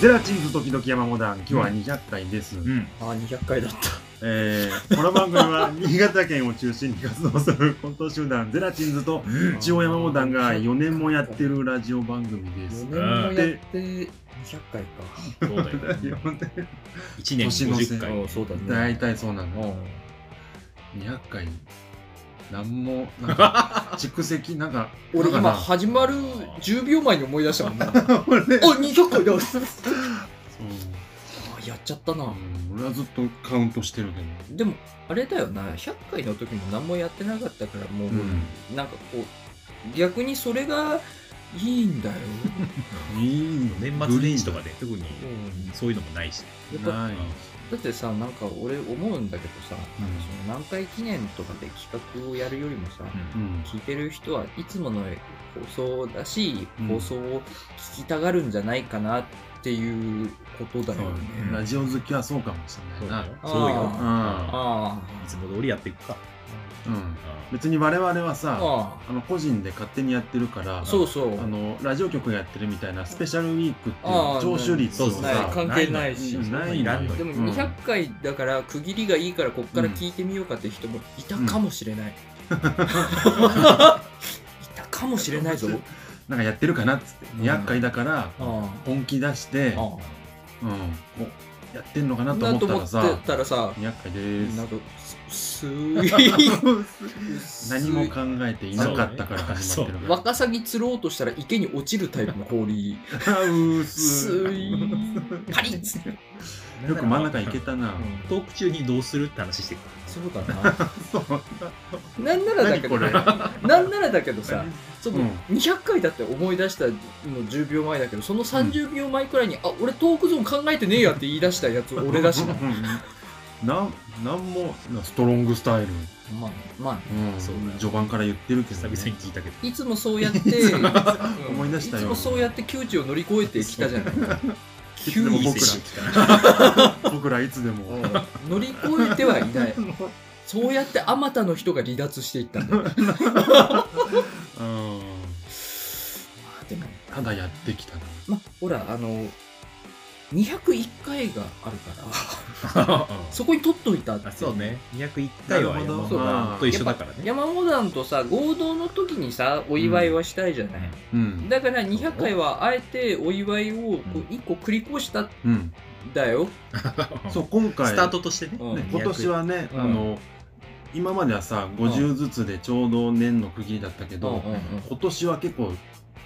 ゼラチンズ時々山モダン、今日は200回です。うん。あー、200回だった。えーこの番組 は新潟県を中心に活動するコント集団ゼラチンズとうん中央山モダンが4年もやってるラジオ番組です4。年もやって200回か。そうだよ。1年年の瀬50あ回。ーそうだね。大体そうなの。200回、なんも、なん か、蓄積、なんか、な俺んか今な始まる10秒前に思い出したもんね。あ、俺ね200回 だ。あーそうやっちゃったな。うん俺はずっとカウントしてるけど。でも、あれだよな、100回の時も何もやってなかったから、もう、うんなんかこう、逆にそれがいいんだよ。年末年始とかで特にうんそういうのもないし。やっぱない。だってさなんか俺思うんだけどさ、なんかその何回記念とかで企画をやるよりもさ、うん聞いてる人はいつもの放送だし、うん放送を聞きたがるんじゃないかなっていうことだそうよねね。ラジオ好きはそうかもしそれうなだいよな。そうよ。ああいつも通りやっていくか。うんう別に我々はあさああの個人で勝手にやってるからあそうそうあのラジオ局がやってるみたいなスペシャルウィークってああいう聴取率をそうないさ関係ないしうんないいんだらよんのでよ。もうん200回だから区切りがいいからこっから聞いてみようかって人もいたかもしれない、いたかもしれないぞなんかやってるかなっつってん200回だからあ本気出してああうんおやってんのかなあとな思とった思らっさてたらさ200回でなんーかすすーいす何も考えていなかったから始まってるからワカサギ釣ろうとしたら池に落ちるタイプの氷 うっすすーいパリッつってよく真ん中行けたなトーク中にどうするって話してくからそうだなそう なんならだ何けこどれなんならだけどさそのうん200回だって思い出したの10秒前だけどその30秒前くらいに、あ俺トークゾーン考えてねえやって言い出したやつ俺だしななんなんもなストロングスタイル、まあまあうんそうだよ序盤から言ってるけど久ね、々に聞いたけど。いつもそう やって思い出したよいつもそうやって窮地を乗り越えてきたじゃないで急もに僕らいい接種来たな僕らいつでも乗り越えてはいないそうやってあまたの人が離脱していったんだよ うんでもただやってきたなまあほらあの201回があるからそこに取っといたっていあそうね。201回はなるほど山本と一緒だからね。山モダンとさ合同の時にさお祝いはしたいじゃない、うんだから200回はあえてお祝いを1個繰り越したんうんだよ、そう今回スタートとしてね。うんね今年はね、うんあの今まではさ50ずつでちょうど年の区切りだったけど、今年は結構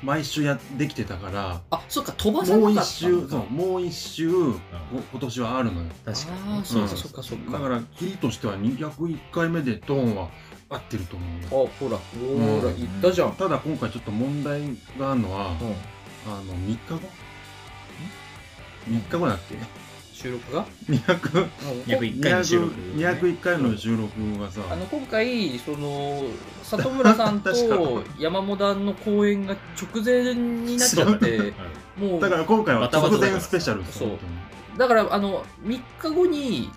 毎週やできてたからあそっか飛ばさなもうか一ったの周かそうもう一周、こ今年はあるのよ確かに。ああそうか、うんそっかそっかだから切りとしては201回目でトーンは合ってると思うあよほらほら言ったじゃん、ただ今回ちょっと問題があるのは、うんあの3日後3日後だっ収録が、け200う201ん回の収録201回の収録がさ、あの今回その里村さ ん確かと山モダンの公演が直前になっちゃってもうだから今回はバタバタ直だから前スペシャルですそう本当にだからあの3日後 に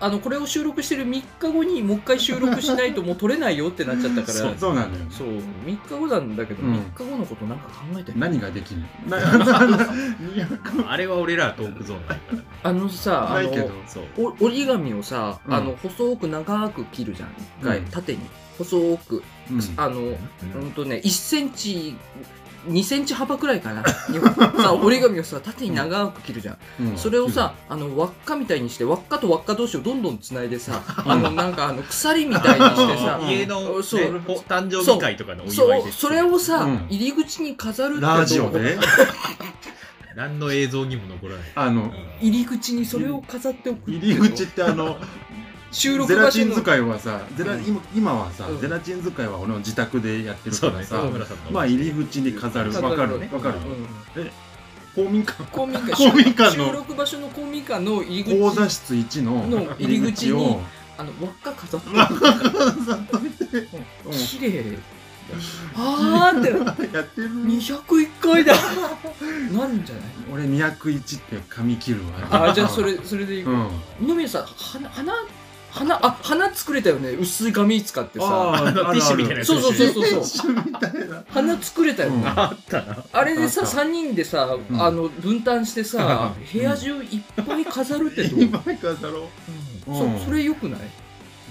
あのこれを収録してる3日後にもう一回収録しないともう撮れないよってなっちゃった からそそううそうなのよ3日後なんだけど、うん3日後のことなんか考えてる何ができる な200うんあれは俺らトークゾーンないからね。あのさあ ないのけどそう。お折り紙をさ、うんあの細く長く切るじゃん1回、うん縦に細くうんあのううんんとね1センチ2センチ幅くらいかな さ折り紙をさ縦に長く切るじゃんうんそれをさあの輪っかみたいにして輪っかと輪っか同士をどんどんつないでさあのなんかあの鎖みたいにしてさうん家のねそうお誕生日会とかのお祝いそでうすそれをさ、うん入り口に飾るってラジオで何の映像にも残らない。あのうん入り口にそれを飾っておく入り口ってあの収録ゼ場ラチ所ンの使いはさゼラ、うん今今はさ、うんゼラチン使いは俺の自宅でやってるそかうらだね。さ、里村さんのまあ入り口に飾る飾るわかるねわかる、うん公民館公民公民館館の収録場所の公民館の入り口講座室1のの入入りり口口にをあの輪っか 飾ってざっと見て、う綺麗 あーってんやってる201回だ なんじゃない俺201って髪切るわあじゃあそれそれでいくうん二宮さんは花花花あ花作れたよね薄い紙使ってさあのティッシュみたいなやつそうそうそうそうそうそうみたいな花作れたよね、うんあったなあれであさった3人でさ、うんあの分担してさうん部屋中いっぱい飾るってどう、今飾ろううんそそれよくない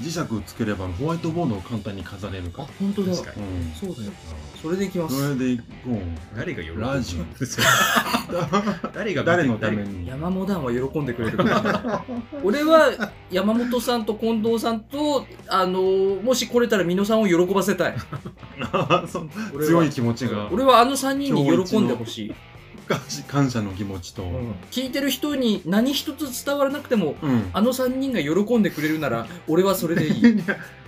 磁石作ればホワイトボードを簡単に飾れるかあ本当だ確そかうにうんだよそれでいきまそすれでいこ誰が喜ぶラジオ誰がう誰のために山モダンは喜んでくれるかな俺は山本さんと近藤さんとあのもし来れたら美濃さんを喜ばせたいそう俺は強い気持ちが俺はあの3人に喜んでほしい、感感謝の気持ちと、うん聞いてる人に何一つ伝わらなくてもうんあの3人が喜んでくれるなら俺はそれでい い、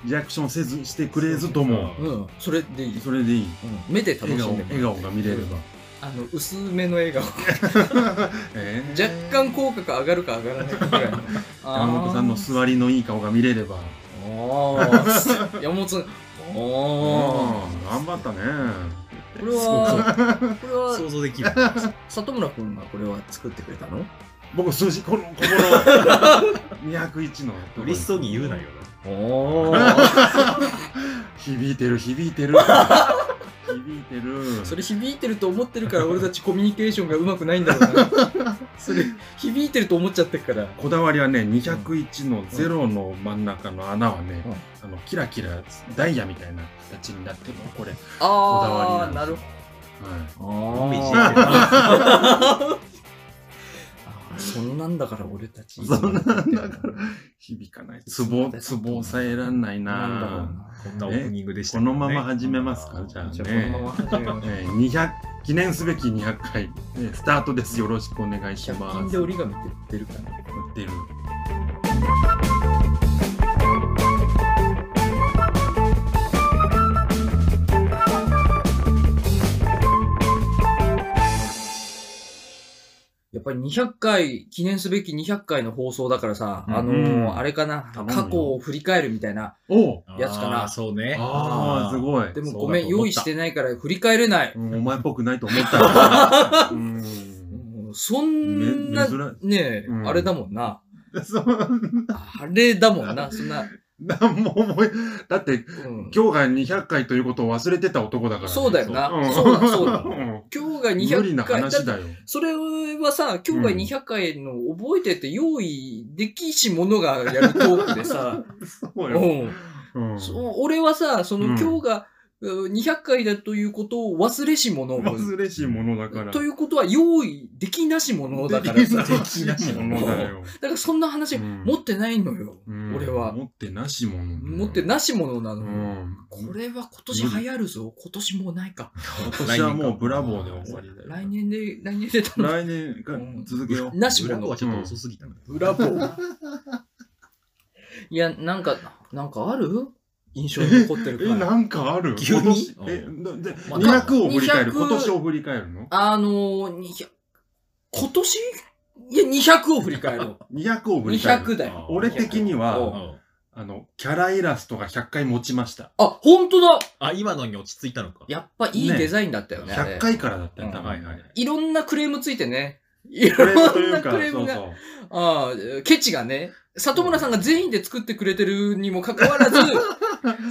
リアクションせずしてくれずともうん、それでいい、それでいいうん目で楽し笑顔んでもらう笑顔が見れれば、あの薄めの笑顔えー若干口角上がるか上がらないかぐらいの 山本さんの座りのいい顔が見れればあー山本さんおーうん頑張ったねこれはこれは想像できる里村君がこれは作ってくれた の僕数字このここの201のところに嬉しそうに言うなよお響いてる響いて る響いてるそれ響いてると思ってるから俺たちコミュニケーションがうまくないんだろうなそれ響いてると思っちゃってるからこだわりはね201のゼロの真ん中の穴はね、あのキラキラダイヤみたいな形になってるのこれ、はい、あこだわありななんるでほどイメージあーしてるあーそんなんだから俺たちそんなんだからなんだろ響かないツボツボさえらんないうななこんなオープニングでしたこけどのねまま始めますかじゃあじゃあこねのまま始めましょうえー200記念すべき200回、えースタートですよろしくお願いし100ます均で折り紙って売ってるかな売ってるやっぱり200回、記念すべき200回の放送だからさ、あのーうんあれかな、頼むよ過去を振り返るみたいな。おうやつかなあーそうねああすごいでもそうだごめん、と思った用意してないから振り返れない。うんお前っぽくないと思った らうんうんそんな、めね珍え、うんあれだもんな。そんなあれだもんな、そんな。なんも思いだってうん今日が200回ということを忘れてた男だからね、そうだよなうんそうだそうだん今日が無理200な回。だっ話てだよそれはさ、今日が200回の覚えてて用意できし者がやるトークでさ、 そううよ、ん。うんそう俺はさ、そのうん今日がうん200回だということを忘れし者忘れし者だからということは用意できなし者だからさ。できなし者だよ、だからそんな話うん持ってないのよ。うん俺は持ってなし者持ってなし者なうのよ。んこれは今年流行るぞ。今年もうないか。今年はもうブラボーで終わりだよ。来年で、来年で頼む。来年か続けよう。なし裏者子はちょっと遅すぎたなブラボー。 いや、なんか、なんかある印象に残ってるえ、から。なんかある急に今年うんえ、なで、また200を振り返る。 200今年を振り返るのあのー、200今年いや、200を振り返ろう。 ?200 を振り返る。 200だよ。俺的にうは、んあの、キャライラストが100回持ちました。あ、本当だあ今のに落ち着いたのかやっぱいいねデザインだったよね。あれ100回からだったよ、うん多分。はいはいいろんなクレームついてね。いクろレームといんうなか、クレーそムうが。そう。ああ、ケチがね。里村さんが全員で作ってくれてるにもかかわらず、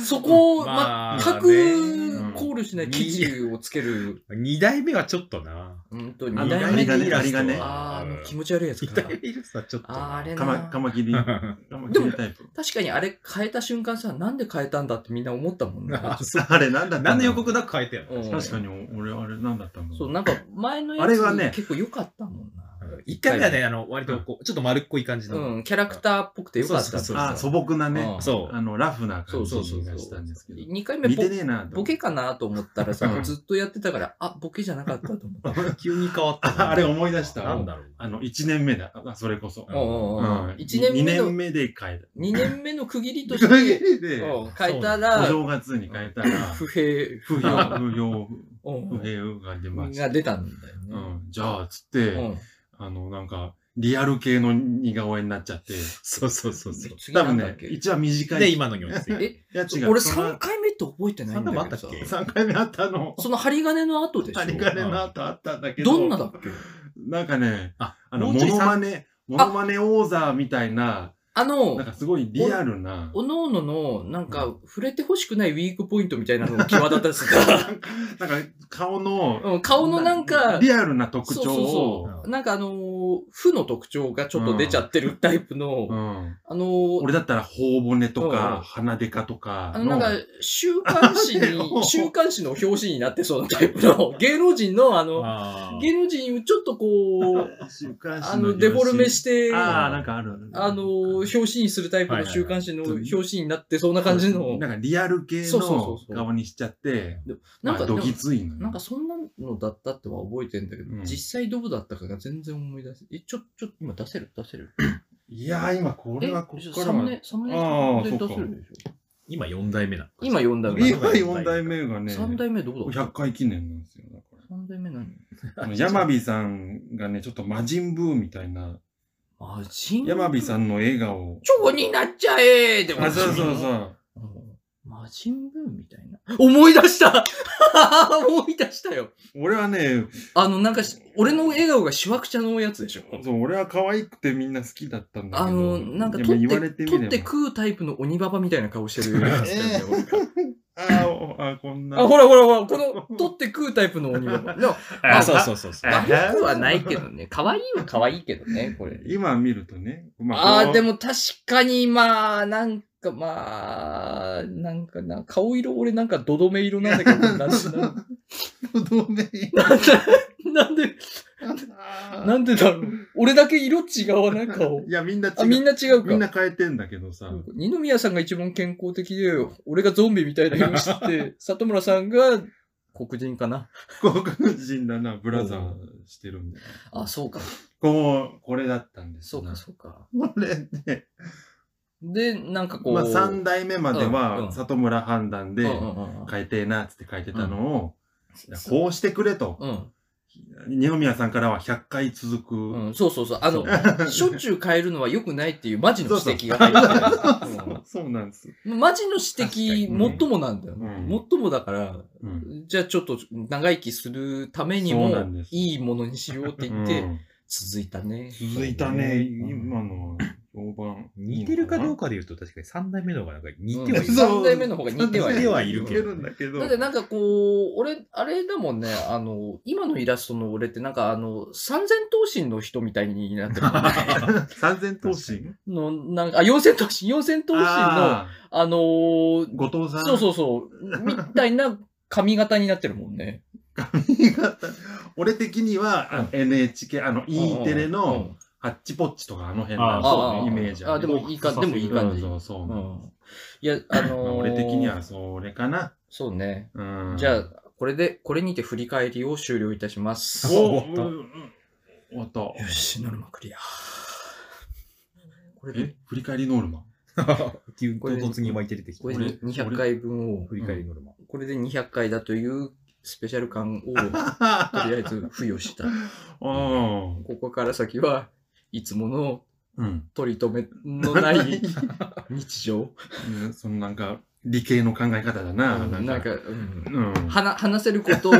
そこをまあ全ねくコールしないケチをつける。二代目はちょっとな本当に。あ二の代針目金でいいらしい針金あーあの気持ち悪いやつ二か代。目イラストはちょっとあなーあ れカマ、カな。マキリ、カマキリタイプ。確かにあれ変えた瞬間さ、なんで変えたんだってみんな思ったもんな あ。そうあれ、なんだったん何だろの予う告なく変えたようん確かに、俺、あれ、なんだったんだそう、ろなんか前のやあれはねつ結構良かったもんな。一回目はね、あの、割とこう、ちょっと丸っこい感じの。うん、キャラクターっぽくて良かった。そうそう。うそうあー、素朴なねうん、そう。あの、ラフな感じそうそうそうそうがしたんですけど。 2回目見ボてねえなと。ボケかなと思ったらさう、んずっとやってたから、あ、ボケじゃなかったと思った。急に変わった な。ああれ思い出した。なんだろう。あの、1年目だ。あそれこそ。 おうおうおううん一年目二の年目で変えた。 2年目の区切りとし区切 て、りで、おうん変えたら、正月に変えたら、 不平、不評、不評、うん不平が出ましがた。出たんだうよね。ん、じゃあ、つって、うんあの、なんか、リアル系の似顔絵になっちゃって、そうそうそうそう。次多な分んだっね、け一番短い。で、今のに落ち着いて。えいや、違う。俺その3回目って覚えてないんだけ三回目あったどさっけ三回目あったの。その針金の後でしょ針金の後あったんだけど、どんなだっけなんかね、あ、あの、もうモちょいノさマネ、モノマネ王座みたいな、あのなん、かすごいリアルな。おのおのの、なんか、触れてほしくないウィークポイントみたいなのを際立た せた。なんか顔の、うん顔のなんか、リアルな特そ徴うを。そうそう。なんかあのー負の特徴がちょっと出ちゃってるタイプの、うん、あのー俺だったら頬骨とうんか鼻でかとかあの、のなんか、週刊誌 おに、週刊誌の表紙になってそうなタイプの、芸能人の、あの、あー芸能人をちょっとこう、週刊誌あの、デフォルメしてて、あああなんかあるの、表紙にするタイプの週刊誌のはいはいはい表紙になってそうな感じの、なんかリアル系そうそうそのうそう顔にしちゃってなんまか、あどぎついのよなんかそんなのだったっては覚えてんだけど、うん実際どうだったかが全然思い出せえ、ちょ、ちょ、今出せる出せる。いやー今これはこえっからサムネ、サムネああでそ出うかせるでしょ今4代目なのか今4代目。今4代目がね3代目どこだ100回記念なんですよだから ?3 代目何あの山火さんがねちょっと魔人ブーみたいなマジン山火さんの笑顔蝶になっちゃえーでもあそうそうそううん魔人ブーみたいな。思い出した 思い出したよ。俺はねあの、なんかし、俺の笑顔がしわくちゃのやつでしょ。そう俺は可愛くてみんな好きだったんだけどあの、なんかで取もっ言わてれてみれば取って食うタイプの鬼ババみたいな顔してるやつだよね 俺あーおあーこんなあ、ほらほらほら、この取って食うタイプの鬼 ババ。でもあそうそうそうそう。あ悪くはないけどね。可愛いは可愛いけどね、これ。今見るとね、まあこあ、うでも確かに、まあ、なんか、まあ、なんかな、顔色、俺なんかどどめ色なんだけど、なんな どうでいいなんで、なんでだろう。俺だけ色違わない顔。いや、みんな違あ、う。みんな違うか。みんな変えてんだけどさ。二宮さんが一番健康的で、俺がゾンビみたいな色して て、里村さんが黒人かな。黒人だな、ブラザーしてるんだよ。あ、そうか。こう、これだったんです。そうか、そうか。これね、で、なんかこう。まあ、3代目までうんうんは、里村判断でうん、うんうん変えてえな、つって変えてたのを、いやこうしてくれと。うん。二宮さんからは100回続く。うん、そうそうそう。あの、しょっちゅう変えるのは良くないっていうマジの指摘がそ入うそうってる そうそうなんです。うん。マジの指摘、確かに最もなんだよ。うん最もだから、うんじゃあちょっと長生きするためにそうもなんです、いいものにしようって言っうて、ん続いたね。続いたね、うん今の評判。似てるかどうか。かで言うと確かに3代目の方がなんか似てうはんいる。そう三代目の方が似てはいる似てはいるけど似てんだけどだってなんかこう、俺、あれだもんね、あの、今のイラストの俺ってなんかあの、三千頭身の人みたいになってるもん ね三千頭身の、なんか、あ、四千頭身、四千頭身の、ああのーー後藤さん。そうそうそう、みたいな髪型になってるもん ね。新潟俺的には、あの NHK、あの、うんうん E テレうのん、ハッチポッチとかあの辺あのーそうあーねイメージあーでもいいかでもいい感じそうそうそうんいや、あう。まのーあ 俺的にはそれかな。そうね。うんじゃあ、、これで、これにて振り返りを終了いたします。よお終わったうん終わった。し、ノルマクリア。これでえ、振り返りノルマ。 急突に湧いて出てきた。これで俺200回分を、振り返りノルマ。これで200回だというスペシャル感を、とりあえず付 与した。うんここから先はいつものうん。取り留めの ない日常。うんそのなんか、理系の考え方だな。うんなんか、うんうん。はな話せるこ とを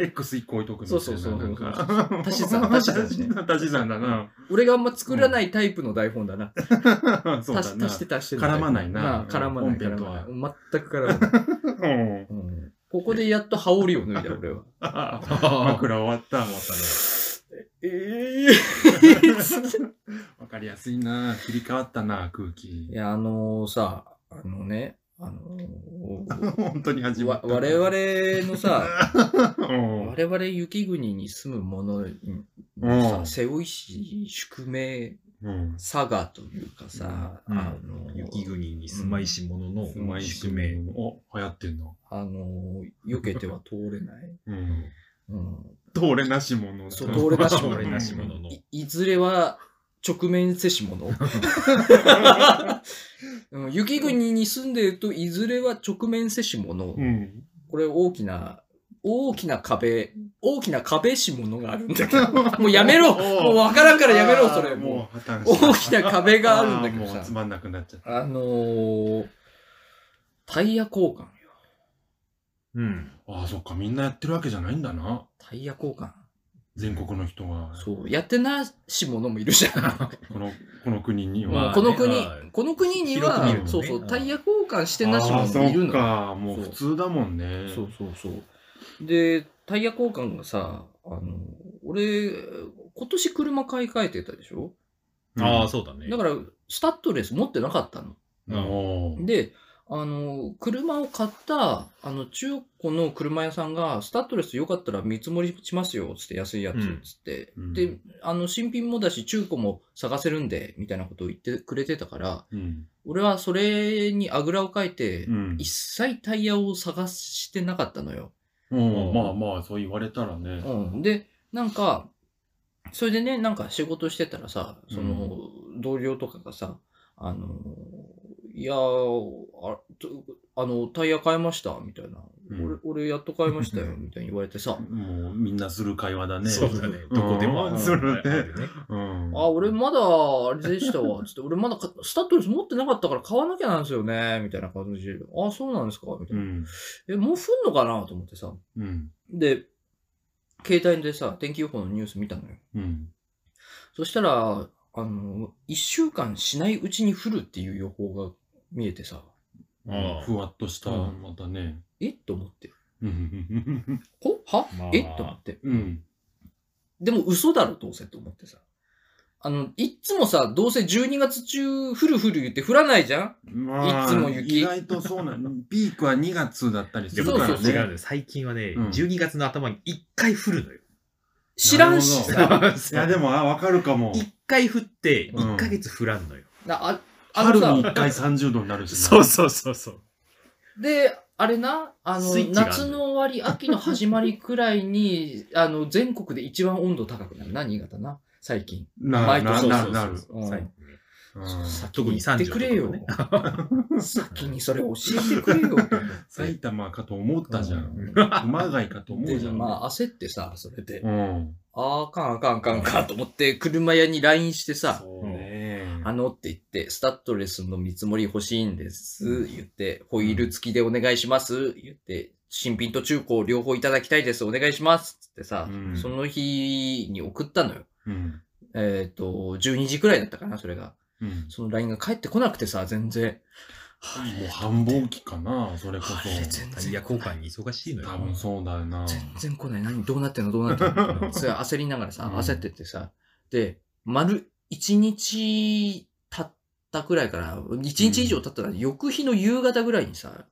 X 一個置いとくみたいそうな。そうそうなんか足し算足し算して 足し算だな。俺があんま作らないタイプの台本だな。そうだ足しな足して足して絡まないなあ絡まな本い絡編とまはない全く絡まない、うんうんここでやっと羽織を脱いだ俺は あ枕枕終わった。終わったねええ わかりやすいな。切り替わったな、空気い。やあのーさあのねあのー本当に始まわった。我々のさうん。我々雪国に住む者にうさん背負いし宿命うん。さがというかさ、うんあのー雪国に住まいし者のうまい宿命。。お、流行ってんな。あのー避けては通れない、うん。うん、通れなしもの。そう通れなし者通れなし者の。いいずれは直面せ し者うん雪国に住んでいるといずれは直面せし 者うん。これ大きな大きな壁大きな壁し者があるんだけどもうや めろもう分からんからやめろそれももう破綻う大きな壁があるんだけどもうつさまんなくなっちゃった。あのー、タイヤ交換ようん。ああ、そっか、みんなやってるわけじゃないんだな。タイヤ交換全国の人がそう、やってなし者もいるじゃん。このこの国にまあうんはね この国はい、この国に広はく見ると、ねそうそうう、んタイヤ交換してなしああ者もいるそっのよ。かもう普通だもんねそうそうそう。で、タイヤ交換がさ、あの、俺、今年車買い替えてたでしょああ、そうだね。だから、スタッドレス持ってなかったの。うんおーで、あの、車を買った、あの、中古の車屋さんが、スタッドレスよかったら見積もりしますよ、つって、安いやつ、うんつって、うんで、あの、新品もだし、中古も探せるんで、みたいなことを言ってくれてたから、うん俺はそれにあぐらをかいて、うん一切タイヤを探してなかったのよ。うんまあまあそう言われたらねうん、でなんかそれでねなんか仕事してたらさその、同僚とかがさ「あのいやーあとあのタイヤ変えました」みたいな、うん俺「俺やっと変えました よ」みたいに言われてさ「もうみんなする会話だねそうだね。どこでもうあるんそれねあるね。うんあ俺まだあれでしたわ」 つって「俺まだかスタッドレス持ってなかったから買わなきゃなんですよね」みたいな感じで「あそうなんですか」みたういな「んえもう降んのかな?」と思ってさうんで携帯でさ天気予報のニュース見たのよ。うんそしたら、あの、一週間しないうちに降るっていう予報が見えてさ、ああふわっとしたうんまたねえっと思って。うんほは、まあえっと思って。うんでも嘘だろ、どうせと思ってさ。あの、いっつもさ、どうせ12月中、降る降る言って降らないじゃんまあいつも雪意外とそうなのピークは2月だったりすでるもからそうそう違うねのよ最近はね、うん12月の頭に1回降るのよ。知らんしなるさ。いやでもあわかるかも1回降って、うん1ヶ月降らんのよ。なああ春のにさ、 1回30度になるしなそうそうそうそう。で、あれな、あのスイッ、チがある夏の終わり、秋の始まりくらいに、 あの、全国で一番温度高くなるな、新潟な、最近。な毎な年そうなそうなそうるそううん最近ねうん特に言って30くれよ。と先にそれ教えてくれよ。埼玉かと思ったじゃん。熊谷かと思うでじゃん。まあ焦ってさ、それで、うん。あーあかんあかんあかんあかんと思って、車屋に LINE してさ、そうね。あのって言って、スタッドレスの見積もり欲しいんです、言って、ホイール付きでお願いします、言って、新品と中古両方いただきたいです、お願いします、つってさ、うんその日に送ったのよ。うん。えっ、と、12時くらいだったかな、それが。うん。その LINE が返ってこなくてさ、全然。もう繁忙期かな、それこあれそ。全タイ然ヤ交換に忙しいのよ。多分そうだよな。全然来ない。何どうなってんのどうなって んのそれ焦りながらさ、うん焦っててさ。で、丸1日経ったくらいから、1日以上経ったら、翌日の夕方ぐらいにさ、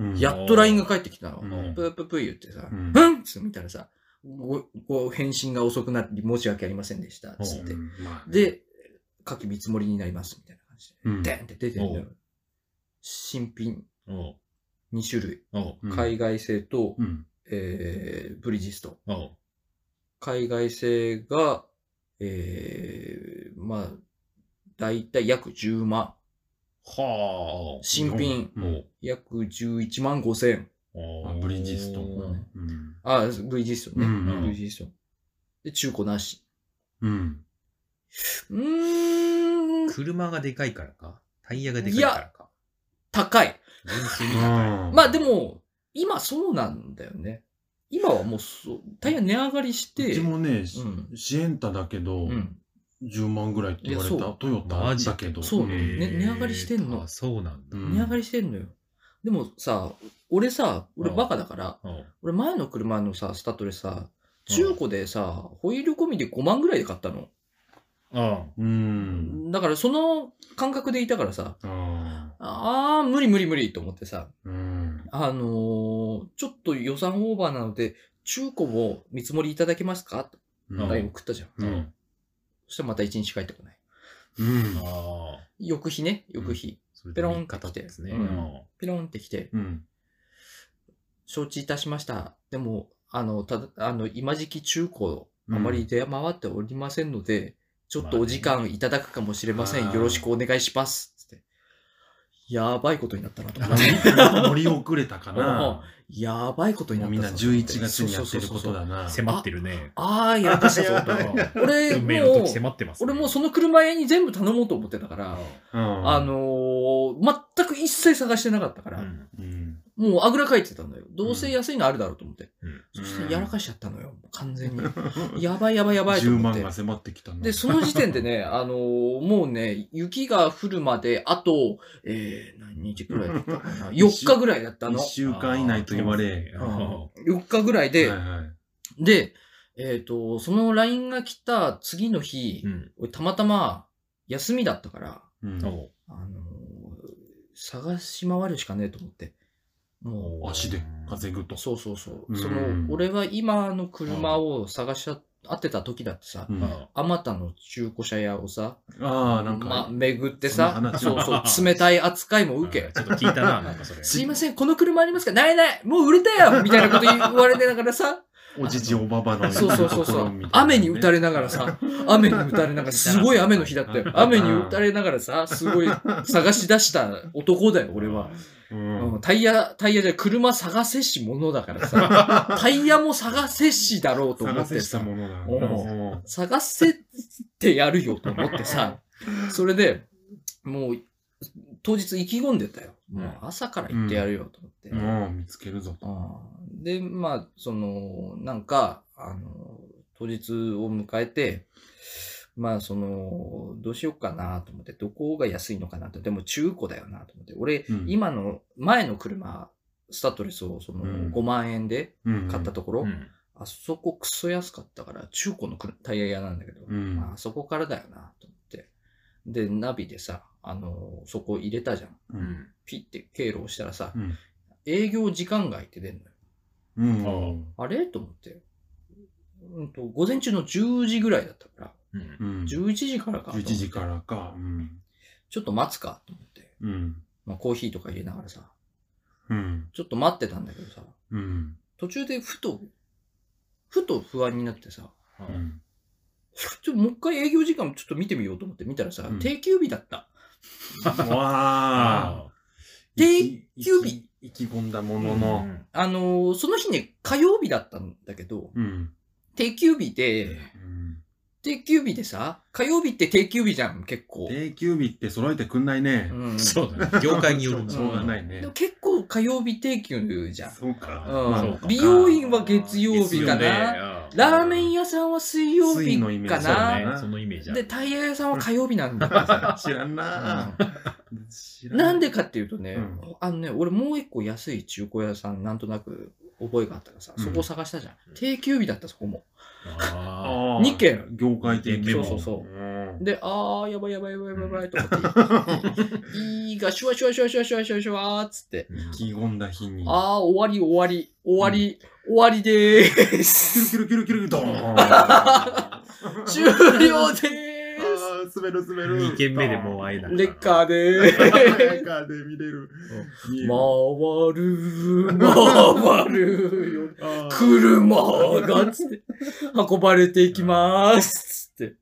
うんやっと LINE が返ってきたのう。うんんぷーぷーぷー言ってさ、うんうんつって見たらさ、ご、ご返信が遅くなり、申し訳ありませんでした。つってう。んまあねで、下記見積もりになります。みたいな感じうんで。でんって出てるおのよう。新品おう2種類。おううん海外製と、うん。えー、ブリヂストン。おう海外製が、えー、まあ、だいたい約10万。は新品、うあ。んおう約11万5千。おうあブリヂストンうんうん。あ、V ジストンね。うんうん V ジストン。で、中古なし。うん。うーん、車がでかいからかタイヤがでかいからか高い。全身がまあで、も、今そうなんだよね。今はもうそう、タイヤ値上がりしうて、ちもね、うん。シエンタだけどう、ん。 10万ぐらいって言われいやそた。うトヨタマジだけど。そうねんね値上がりしてんのあそうなんうだ。ん値上がりしてんのよ。でもさ、俺さ、俺バカだから、おう俺前の車のさ、スタッドレスさ、中古でさ、ホイール込みで5万ぐらいで買ったの。あうん。だからその感覚でいたからさ、ああー、無理無理無理と思ってさ、あ。うん。あのーちょっと予算オーバーなので、中古も見積もりいただけますかとうんは LINE い送ったじゃん。ううんん。そしたらまた1日帰ってこない。うんあ。あ。翌日ね、翌日、それペでロン見方ですっね。てきてうんピロンって来て、うん。承知いたしました。でも、あの、ただ、あの、今時期中古、あまり出回っておりませんので、ちょっとお時間いただくかもしれません。まあねよろしくお願いします。つって。やばいことになったなと思って。乗り遅れたかな。やばいことになもうったみんなぞと思て11月にやってること。そうそうそうそうだな。迫ってるね。ああ、やらかしたぞと。運 俺、命のもう時、迫ってますね。俺もうその車屋に全部頼もうと思ってたかうら、んあ、のー全く一切探してなかったから、うんうんもうあぐらかいてたんだよ。どうせ安いのあるだろうと思って。うんそしてやらかしちゃったのよ、完全に。やばいやばいやばいと10思っ万てが。迫ってきたなで、その時点で ね、あのーもうね、雪が降るまで、あと、えー、何日くらいだったかな ?4 日ぐらいだった1の。週間以内と言われあーそう4日ぐらいで、はいはいで、えっ、と、その LINE が来た次の日う、ん。俺たまたま休みだったから、うんおうあのー探し回るしかねえと思って。も足で稼ぐとう、そうそうそう。うんその、俺は今の車を探しあ合ってた時だってさう、んあああまたの中古車屋をさ、あなんまか巡ってさそんな、話そうそう、冷たい扱いも ー受けあー。ちょっと聞いたな、なんかそれ。すいません、この車ありますかないないもう売れた よみたいなこと言われてながらさ、おじじおばばのそうそうそうそところうみたいなね。雨に打たれながらさ、雨に打たれながら、すごい雨の日だった よ。雨に打たれながらさ、すごい探し出した男だよ、俺は。うんうんタイヤ、タイヤじゃ、車探せし者だか らさ、タイヤも探せしだろうと思探っせてしたさ、ものだおううん探せてやるよと思っ てさ、それで、もう、当日意気込んでたよ。もう朝から行ってやるよと思って。もう見つけるぞと。うんで、まあ、その、なんか、あの、当日を迎えて、まあ、その、どうしようかなと思って、どこが安いのかなと。でも、中古だよなと思って。俺、うん今の、前の車、スタッドレスをそのうん5万円で買ったところ、うんあそこクソ安かったから、中古の車タイヤ屋なんだけど、うんまああそこからだよなと思って。で、ナビでさ、あの、そこ入れたじゃん。う。うんん。ピッて経路をしたらさ、うん営業時間外って出んのよ。うんあれと思って。うんと、午前中の10時ぐらいだったから、うんうん11時からか。 11時からか。うん。ちょっと待つかと思って。うん。まあ、コーヒーとか入れながらさ、うん。ちょっと待ってたんだけどさ、うん。途中でふと、ふと不安になってさ、うんちょっともう一回営業時間ちょっと見てみようと思って見たらさ、うん定休日だった。わあ。定休日意気込んだもうんのの。あのーその日ね、火曜日だったんだけど、うん。定休日で、うん定休日でさ、火曜日って定休日じゃん、結構。定休日って揃えてくんないねう。んそうだね。業界によるんだしょうがないねでも。結構火曜日定休じゃん。そうか。うんまあそうか美容院は月曜日かな月曜ねラーメン屋さんは水曜水日のイメーかジそうだな。ね。そのイメージあで、る。タイヤ屋さんは火曜日なんだからさ。知らんな。知ら なんでかっていうとね、うんあのね、俺もう一個安い中古屋さん、なんとなく覚えがあったからさ、うんそこを探したじゃん。うん定休日だった、そこも。ああー二軒業界的にもそうそうそうんで、あー、やばいやばいやばいやばいやばいと思って、 いいが、シュワシュワシュワシュワシュワシュワシュワーっつって、ーうん意 気込 んだ日に。あー、終わり終わり、終わり、終わりでーキュルキ す。ュルキュルキュルドーン終了でーあー滑る滑る二軒目でもう会えない。す。レッカーでレーす。ッカーで見れる。見え回るる、回るよ。あー車が、つって、運ばれていきまーす、つって。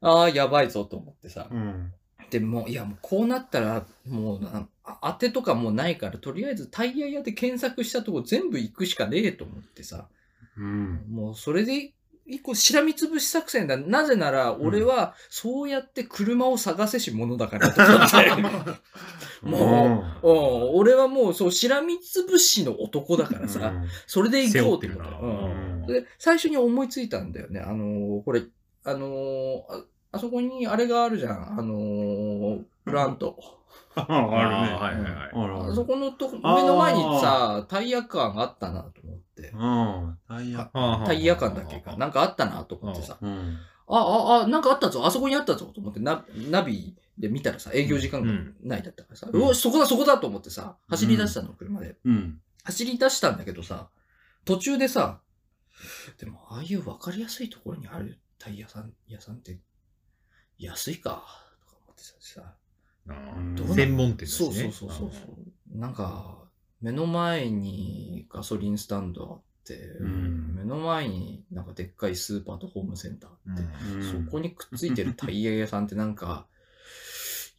ああ、やばいぞと思ってさう。ん。でもう、いや、もうこうなったら、もうな、あ当てとかもうないから、とりあえずタイヤ屋で検索したとこ全部行くしかねえと思ってさ。うん。もうそれで、一個しらみつぶし作戦だ。なぜなら、俺は、そうやって車を探せし者だからと思って。 もうん、俺はもう、そう、しらみつぶしの男だからさ、それで背行こ負っうてとる思ったな。の。ううんんで、最初に思いついたんだよね。あのーこれ、あのーあ、あそこにあれがあるじゃん。あのープラント。あああるね。ーはいはいはい。あるああるそこのとこ目の前にさ、タイヤ感があったなと思って。うん。タイヤ。あータイヤ感だっけか。なんかあったなと思ってさ。うん。あ、あ、あ、なんかあったぞ。あそこにあったぞ。と思ってナ、ナビで見たらさ、営業時間がないだったからさ、ううんわ、そこだ、そこだと思ってさ、走り出したの、車で。うん。走り出したんだけどさ、途中でさ、でもああいう分かりやすいところにあるタイヤさん、屋さんって安いか、とか思ってさ、あどうーな専門店ですそうね。そうそうそう。なんか、目の前にガソリンスタンドあって、ん目の前になんかでっかいスーパーとホームセンターうあんって、うんそこにくっついてるタイヤ屋さんってな んか、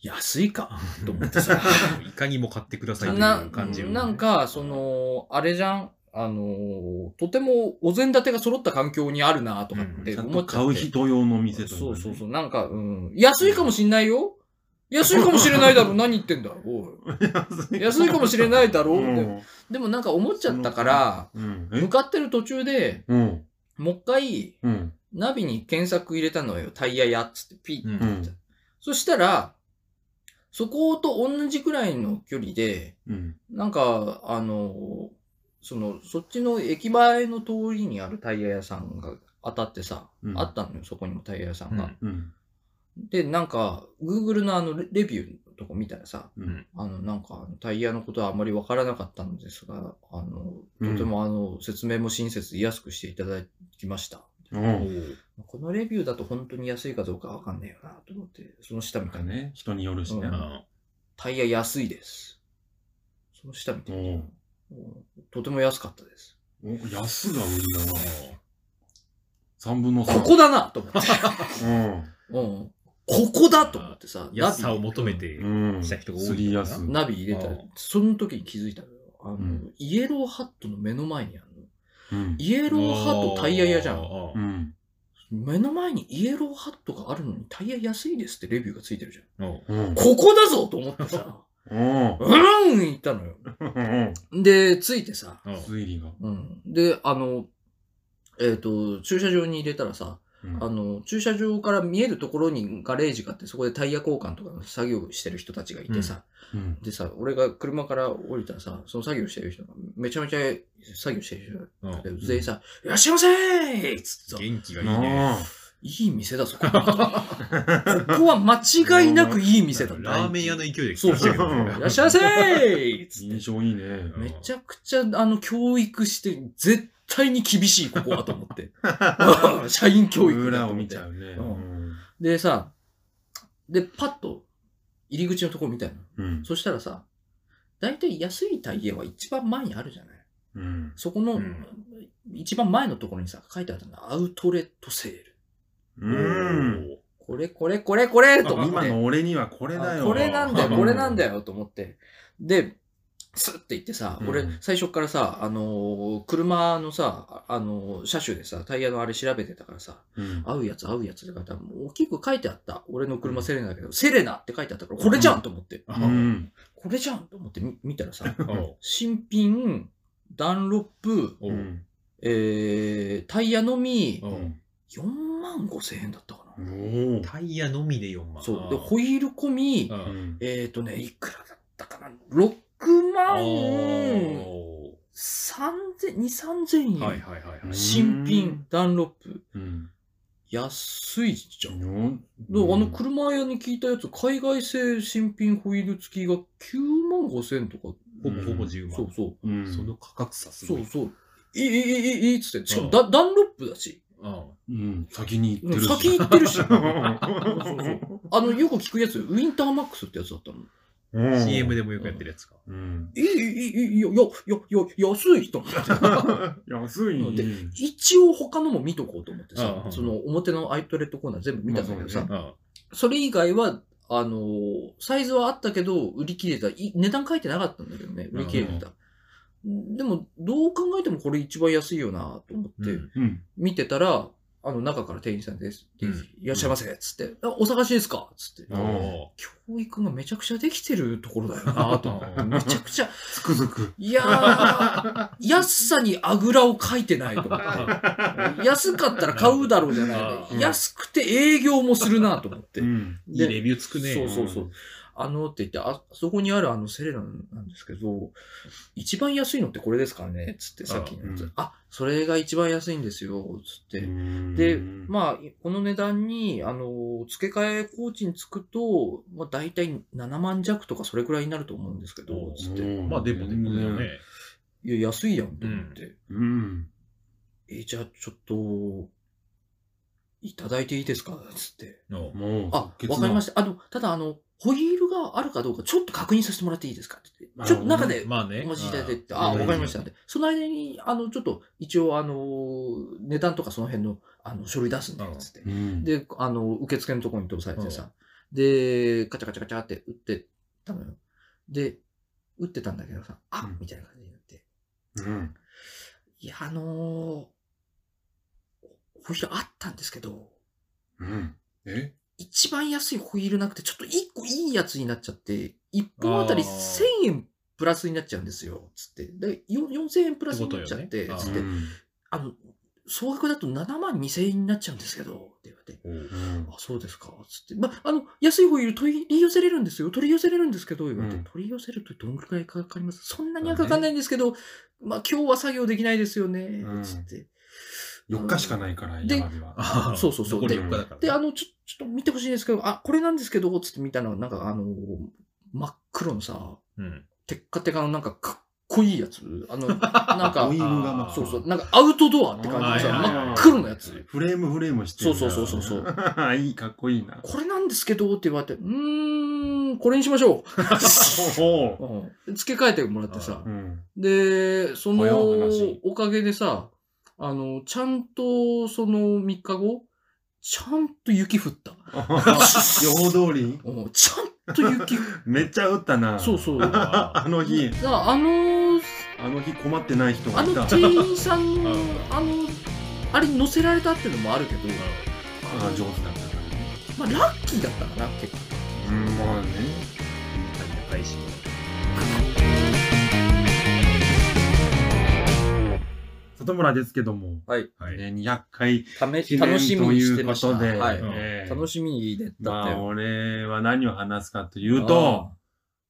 安いか、と思ってさ。いかにも買ってくださいとないう感じのねなんか、そ、の、あれじゃん。あのーとてもお膳立てが揃った環境にあるなとかっうんてちゃん思っとちゃって、買う人用の店といか。そうそうそうう。なんか、うん。安いかもしんないよ。安いかもしれないだろ、何言ってんだ、おい。安いかもしれいないだろ、うでんでもなんか思っちゃったから、うんえ向かってる途中で、うんもう一回、うんナビに検索入れたのよ。タイヤ屋っつって、ピッて、うんそしたら、そこと同じくらいの距離で、うんなんか、あの、その、そっちの駅前の通りにあるタイヤ屋さんが当たってさ、うんあったのよ、そこにもタイヤ屋さんが。うんで、なんか、Google のあのレ、レビューのとこ見たらさ、うんあの、なんか、タイヤのことはあまりわからなかったのですが、あの、とてもあの、説明も親切で安くしていただきました。うんこのレビューだと本当に安いかどうかわかんないよなと思って、その下見だたら、ね人によるしねうタイヤ安いです。その下見てみたらうんとても安かったです。お安が売りだな3分の3ここだなと 思って。うんうんここだと思ってさ、 安さを求めて、うんした人が多いすりやすナビ入れたあらあ、その時に気づいたのよ。あの、うんイエローハットの目の前にあるの。うんイエローハットタイヤ屋じゃん。ん。うん目の前にイエローハットがあるのにタイヤ安いですってレビューがついて るじゃん。うんうんここだぞと思って さ、うんうーん行ったのよ。うんで、ついてさ、推理がうん。で、あの、えっ、と、駐車場に入れたらさ、うんあの、駐車場から見えるところにガレージがあって、そこでタイヤ交換とかの作業してる人たちがいてさ、うんでさ、俺が車から降りたらさ、その作業してる人が、めちゃめちゃ作業してるうん人がいて、全員さ、いらっしゃいませーっつってさ、元気がいいね。あいい店だぞ、ここここは間違いなくいい店だラーメン屋の勢いでそうそう。けどねいらっしゃいませーっーつって印。象いいねめちゃくちゃ、あの、教育して、絶対に厳しい、ここはと 思って。社員教育だ裏をと思っ見てちゃうねううんでさ、で、パッと、入り口のとこ見たの。うんそしたらさ、大体安いタイヤは一番前にあるじゃないうんそこの、うん一番前のところにさ、書いてあったのアウトレットセール。うんこれ、これ、これ、これと思って。今の俺にはこれだよあこれなんだよ、うんこれなんだよと思って。で、スッて行ってさう、ん俺、最初からさ、あのー車のさ、あのー車種でさ、タイヤのあれ調べてたからさ、うん合うやつ合うやつって書いてあるもう大きく書いてあった。俺の車セレナだけど、セレナって書いてあったから、これじゃんと思って。ううんんこれじゃんと思ってみ見たらさ、うん新品、ダンロップ、おうんえー、タイヤのみう、ん4万5千円だったかおな。ータイヤのみで4万。そう。で、ホイール込み、ううんんえっ、ー、とね、いくらだったかな ?6 あ万ー3000、2、3000円。はいはいはいはい。新品、ダンロップ。うん安いじゃん。うんであの車屋に聞いたやつ、海外製新品ホイール付きが9万5千とか。ほぼほぼ10万。そうそう。うんその価格差すそごうい。そう。いい、いい、いい、いいっつって。しかうもんダ、ダンロップだし。うんうん先に行ってるし先行って るし。うんそうそうあの、よく聞くやつ、ウィンターマックスってやつだったの。 うん CM でもよくやってるやつか。うんいい、いい、いい、いや、いや、いや、安いと思って。安いでね一応他のも見とこうと思ってうんさう、んその表のアウトレットコーナー全部見たんだけどさ、まうんそれ以外は、あのーサイズはあったけど、売り切れた。い値段書いてなかったんだけどね、売り切れてた。でも、どう考えてもこれ一番安いよなと思って、うんうん見てたら、あの、中から店員さんです。うんいらっしゃいませ、つって、あお探しですかつって。うんお教育がめちゃくちゃできてるところだよなと思 って。めちゃくちゃ、つくづくいやー、安さにあぐらをかいてないと思って。 ー安かったら買うだろうじゃなうい。ん安くて営業もするなと思ってう。ん いいレビューつくね。そうそうそう。あのって言って、ああそこにあるあのセレナなんですけど、一番安いのってこれですからね、つってさっきのやつうんあ、それが一番安いんですよ、つって。うんで、まあ、この値段に、あの、付け替え工賃つくと、まあ、大体7万弱とかそれくらいになると思うんですけどお、つって。うんまあでもでもだよね。いや、安いやん、と思って。うんえ、じゃあちょっと、いただいていいですかつって。うんもうあ、わかりましした。あの、ただ、あの、ホイールがあるかどうか、ちょっと確認させてもらっていいですかって言って、なちるょっほとどね中で、まあね。お待ちいただいてって、うんあ、わうんかりましたって。その間に、あの、ちょっと、一応、あの、値段とかその辺の、あの、書類出すんでう、んつって。うんで、あの、受付のところに通されてさ、で、カチャカチャカチャって打ってたのよ。で、打ってたんだけどさ、あ、うんみたいな感じになって、うんいや、あのーホイールあったんですけど、うんえ一番安いホイールなくて、ちょっと一個いいやつになっちゃって、1本あたりあー1000円プラスになっちゃうんですよ、つって。で、よ4000円プラスになっちゃって、ってことつよっねて、うんあの、総額だと7万2000円になっちゃうんですけど、って言われて。うんうんあ、そうですか、つって。ま、あの、安いホイール取り寄せれるんですよ、取り寄せれるんですけど、言われて。うん取り寄せるとどんくらいかかりますそんなにはかかんないんですけど、まあ、今日は作業できないですよねう、んつって。 4日しかないから、で山火は。あーそうそうそう残りで4日だからね。で、あの、ちょ、ちょっと見てほしいんですけど、あ、これなんですけど、つって見たのは、なんかあの、真っ黒のさ、うん。テッカテカのなんかかっこいいやつ。あ の、なホんイか、ールがまああ、そうそう、なんかアウトドアって感じのあさ、ーはいはいはい真っ黒のやつ。フレームフレームしてるんだよねそうそうそうそいい、かっこいいな。これなんですけど、って言われて、うーん、これにしましょおお。う。うん付け替えてもらってさう、ん。で、その早い話おかげでさ、あの、ちゃんとその3日後、ちゃんと雪降った。予報通りうんちゃんと 雪降っめっちゃ打ったな。た。そうそう。だかああの日、らあのあの日困ってない人あがいのた。店員さんのうんあのあれに乗せられたっていうのもあるけど、ああの上手だったからね。まあ、ラッキーだったかな結構うん、まあね。ー開始里村ですけども、はいはいね、200回ため記念楽しみとにしいてうまこしたとで、はい、うんええ楽しみでだったまあ、よ、俺は何を話すかというと、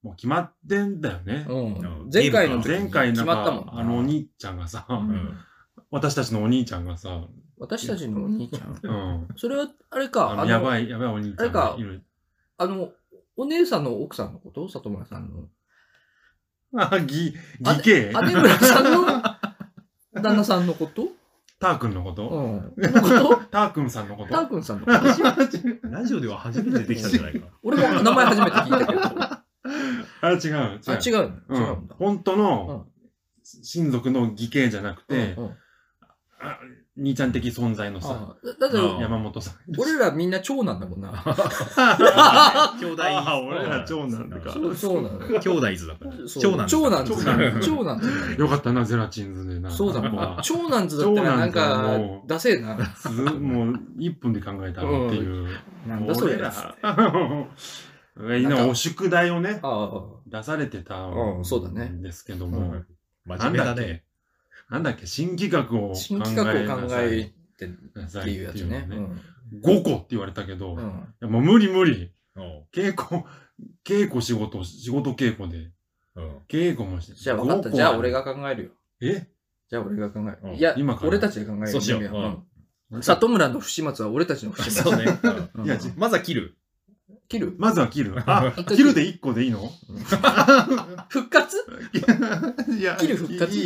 もう決まってんだよねう。んうん前回の時前に回決なんまったか、もあんのお兄ちゃんがさ、うんうん私たちのお兄ちゃんがさ、私たちのお兄ちゃんうん、それはあれあかのあやのばい、やばいお兄ちゃんがいる。あのお姉さんの奥さんのこと里村さんのあ、ぎ、ぎけ姉村さんの旦那さんのことターくんのこと うんのことターくんさんのこタンと君さんのことラジオでは初めてできたんじゃないか な。俺も名前初めて聞いたけど あれ違う、違う。あ違うのう違うんんだ、本当の親族の義兄じゃなくて、うんうんあ兄ちゃん的存在のさ、あだだってうん山本さん。 俺らみんな長男だもんな。兄弟。ああ俺ら長男だかそうそうなのよ。兄弟図だから。そう長男図長男長図男だ長男図よかったな、ゼラチンズでな。 そうだもんま。あ長男図だったらなん長男図はかも、うダセえな。すもう1分で考えたっていう。なんだそれ。俺らあ 今、お宿題をね、あ。出されてたうんそうだねんですけどうもん、真面目だね。なんだっけ、新企画を考え新企画をな考さいえてっていうやつね。うん5個って言われたけど、ういんやもう無理無理。うん稽古、稽古仕事、仕事稽古で、うん稽古もして。じゃあ分かった。 5個じゃあ俺が考えるよ。えじゃあ俺が考えうんる。いや今、から俺たちで考える。そうしよういやうんん里村の不始末は俺たちの不始 末。そうね。うんうんいやまずは切る。切るまずは切 る。あ、切るで1個でいいの復活いや切る復活いい、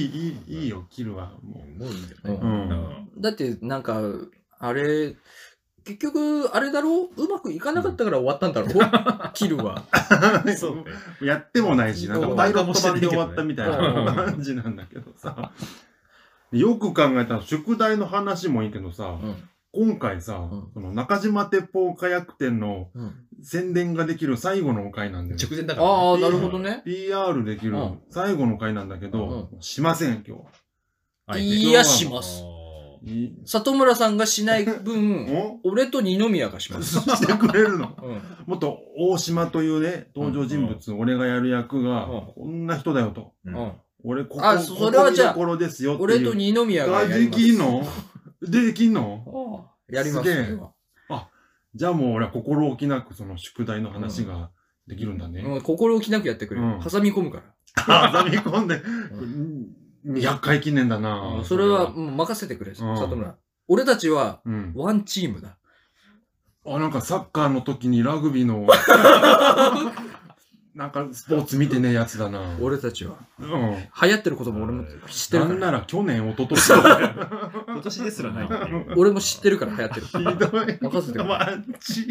いい、いいよ、切るは。ももういいんじゃうないんうんだってなんかあれ結局あれだろううまくいかなかったから終わったんだろう切るはう。そうね。やってもないし、なんかパイロット版で終わったみたいなうん感じなんだけどさ。よく考えたら、宿題の話もいいけどさ、うん今回さうん、その中島鉄砲火薬店のうん宣伝ができる最後の回なんだよ。直前だからね。ああなるほどね PR できるうん最後の回なんだけど、しません、今あえていやしますあ日。い里村さんがしない分 お俺と二宮がします、してくれるのうん、もっと大島というね、登場人物、俺がやる役がうん、こんな人だよと。ーうん俺、ここ、あそれはじゃあここ見どころですよっていう。俺と二宮があやでりますきんのできんのああやりますすげえそれはじゃあもう俺は心置きなくその宿題の話ができるんだね。うん、心置きなくやってくれる、うん挟み込むから 挟み込んで、200回記念だなそれは、もう任せてくれ、里村俺たちはうん。ワンチームだあ、なんかサッカーの時にラグビー の、なんかスポーツ見てねえやつだな俺たちはうん。流行ってることも俺も知ってるなからんなら去年、一昨年だ 今年ですらないっていう。俺も知ってるから流行ってる。ひどい。任せてくれマジ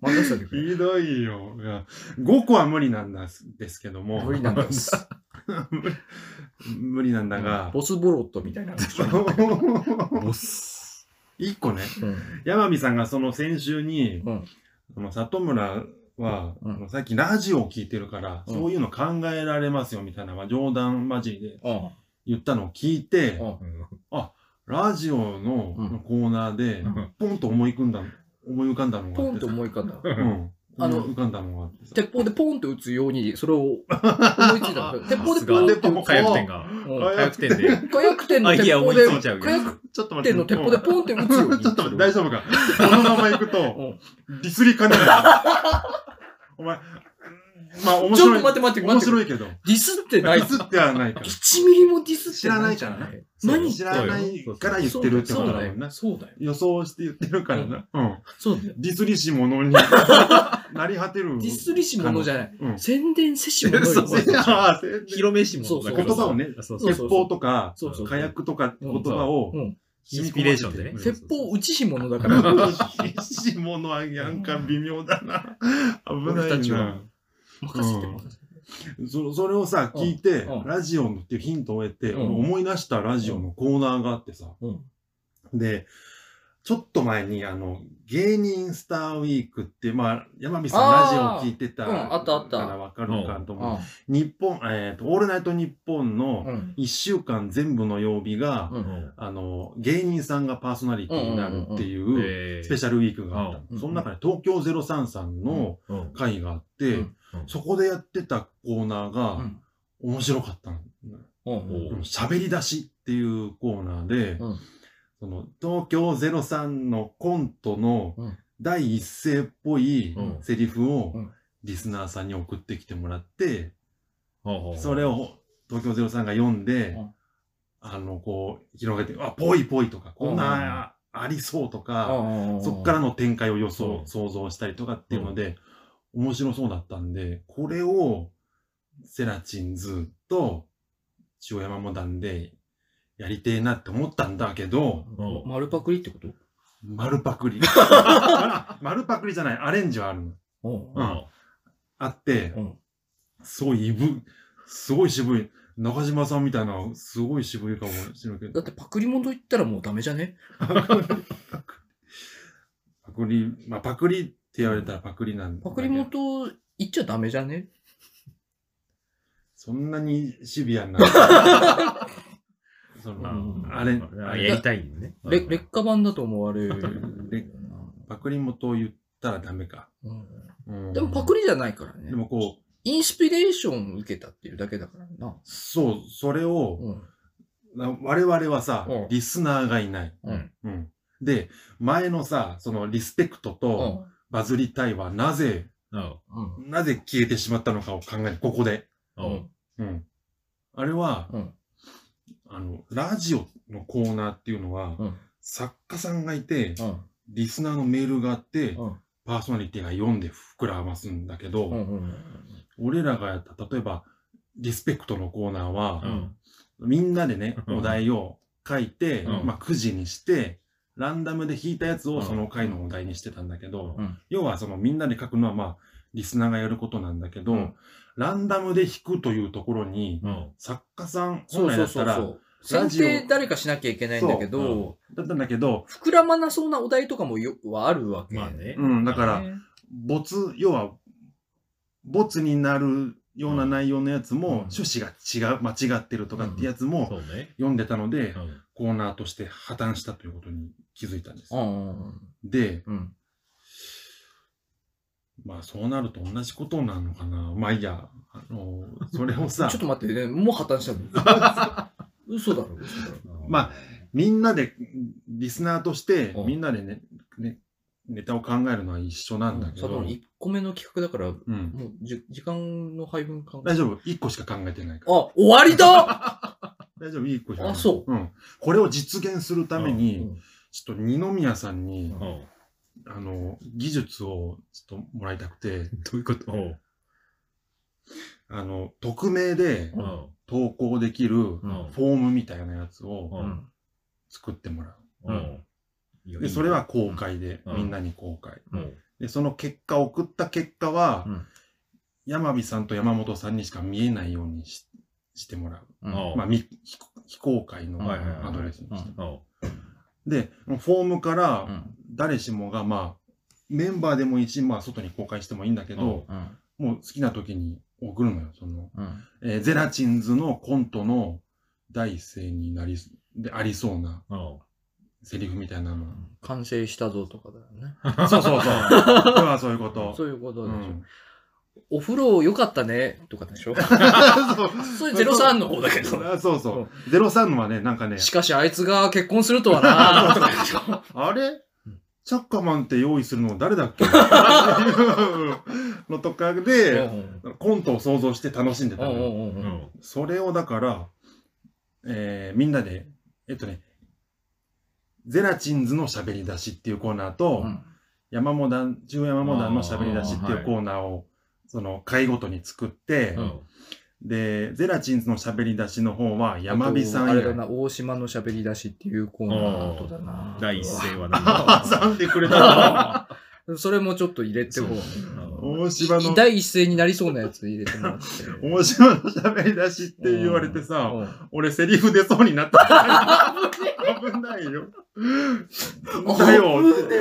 任せてくれ。ひどいよ。いや5個は無理なんですけども。無理な んだ。す。無理なんだが。ボスボロットみたいな。ボス。 一個ね、うん山美さんがその先週に、うんその里村は、うんあの最近ラジオを聞いてるから、うんそういうの考えられますよみたいな、まあ、冗談交じりでうん言ったのを聞いて、うんうんラジオうんのコーナーでうん、ポンと思い込んだ思い浮かんだのがあポっンてとさ思い浮かんだ。うんあの思い浮かんだのがあってさ鉄砲でポンって撃つように、それを思いついたんですよ。鉄砲でポンって鉄撃つ。砲火薬店が。うん火薬店で。火薬店のアイ鉄デア砲思いつで、いちゃうよ火薬ちょっと待って店の鉄砲でポンって撃つように。ちょっと待って大丈夫かこのまま行くとうんディスりか ねないお前まあ面ちょっ白とい待って待って面待って。白いけどディスってデないィ。スってはないから1ミリもディスってないじゃ知らな。ないら 何知らないから言ってるってことだもんなそうだよ。予想して言ってるからなうんそうだよ。ディスりし者 になり果てるディスりし者じゃない。うん宣伝せし者 よ。そうせやせ広めしもだかそうそらう言葉をねそうそう鉄砲とかそうそう火薬とか言葉をうんインスピレーションでね。鉄 砲打ちし者だから。必死ものあやんか微妙だな。危俺なたいちはな。任せて任せて。そそれをさ、うん聞いてうん、ラジオのっていうヒントを得て、うん思い出したラジオのコーナーがあってさ。うん。で、ちょっと前に、あの、芸人スターウィークって、まあ、山美さんラジオあー聞いてたうかんあったあったらわかるかと思う。あ日本、えっと、オールナイト日本うのん。 1週間全部の曜日が、うん。あの、芸人さんがパーソナリティになるっていう、えスペーシャルウィークがあったの、うんその中で東京03さんのうん会があって、うんうんそこでやってたコーナーうがん。面白かったの。うん。でも喋り出しっていうコーナーで、うんその東京03のコントのうん第一声っぽいうんセリフをうんリスナーさんに送ってきてもらって、ほうほうそれを東京03が読んで、うんあの、こう、広げて、あ、ぽいぽいとか、こんなありそうとか、そっからの。の展開を予想、うん想像したりとかっていうので、面白そうだったんで、これを、セラチンズと、塩山モダンで、やりてえなって思ったんだけど、うん丸パクリってこと丸パクリ。 丸パクリじゃない、アレンジはあるの。うんうんあってう、ん。すごいいぶ、すごい渋い。中島さんみたいな、すごい渋い顔してるけだど っ。てパクリモンと言ったらもうダメじゃねパクリ、まあ、パクリって言われたらパクリなんだけどパクリモンと言っちゃダメじゃねそんなにシビア な。その、うんあれ、ああやれりたいのね。れうん劣化版だと思われる。劣パクリ元を言ったらダメか。うんうんでもパクリじゃないからねで。もこう、インスピレーションを受けたっていうだけだからな。そう、それを、うん。な我々はさうん、リスナーがいない。うん。うんで、前のさ、そのリスペクトうとん。バズりたいはなぜ、うんうん。なぜ消えてしまったのかを考える、ここで。うんうんあれは、うん。あの、ラジオのコーナーっていうのは、うん。作家さんがいて、うん。リスナーのメールがあって、うんパーソナリティが読んで膨らますんだけど、うんうん。俺らがやった、例えば、リスペクトのコーナーうは、んみんなでね、うんお題を書いて、うんまあ、くじにして、ランダムで引いたやつうをんその回のお題にしてたんだけど、うん要はそのみんなで書くのはまあ、リスナーがやることなんだけど、うんランダムで引くというところに、うん作家さんそ本来だっうそうたそうら、そう。ラ選ジオ定誰かしなきゃいけないんだけど、だったんだけど、膨らまなそうなお題とかもよはあるわけ。まあね。うん、だから、ね没、要は、没になるような内容のやつも、うん趣旨が違う、間違ってるとかってやつもそうね。読んでたので、うんコーナーとして破綻したということに気づいたんですう。んうんで、うん。うん。まあそうなると同じことなのかな。まあいいや、あの、それをちょさっ、と待ってね、もう破 綻したの。嘘だろ、嘘だろ。まみんなで、リスナーとしてう、んみんなでね、ね、ネタを考えるのは一緒なんだけさあでど、も1個目の企画だから、もうん。うじ時間の配分考え大丈夫 ?1 個しか考えてないから。あ、終わりだ大丈夫 ?1 個しか考えてない。。あそううん。これを実現するためうに、んちょっと二宮さんに、うんどあの、技術をちょっともらいたくて、ういうことうんあの、匿名でうん投稿できるフうォんームみたいなやつうをん作ってもらううんいやう。いいで、ねそれは公開で、うんみんなに公開。うんで、その結果、送った結果は、うん山火さんと山本さんにしか見えないようにししてもらう。うんうんまあ、み非非公開のはいはいはいアドレスにして。うんで、フォームからう、ん誰しもが、まあ、メンバーでもいいし、まあ、外に公開してもいいんだけど、うんもう好きな時に送るのよ。その、うんえーゼラチンズのコントの第一声になり、でありそうなうんセリフみたいなの。完成したぞとかだよね。そうそうそう。 ではそういうこと。そういうことうでしょ。んお風呂良かったねとか でしょそれ03の方だけど。あ そうそう。ゼロ三のはね、なんかね、しかしあいつが結婚するとはなとかでし ょあれうんチャッカマンって用意するの誰だっけのとかうんで、コントを想像して楽しんでたうんのよ。うんうんうんん。それをだから、えーみんなで、えっとね、ゼラチンズの喋り出しっていうコーナーと、うん山モダン、中央山モダンの喋り出しっていあーはういコーナーを、その回ごとに作って、うん。で、ゼラチンズの喋り出しの方は山火さあん以れだ外。な、大島の喋り出しっていうコーナーの後だな。第一声はあ 何だ 挟んでくれた。 それもちょっと入れてこう。 大島の、第一声になりそうなやつ入れてもらって。大島の喋り出しって言われてさ、うん俺セリフ出そうになった。危ないよ。だよって。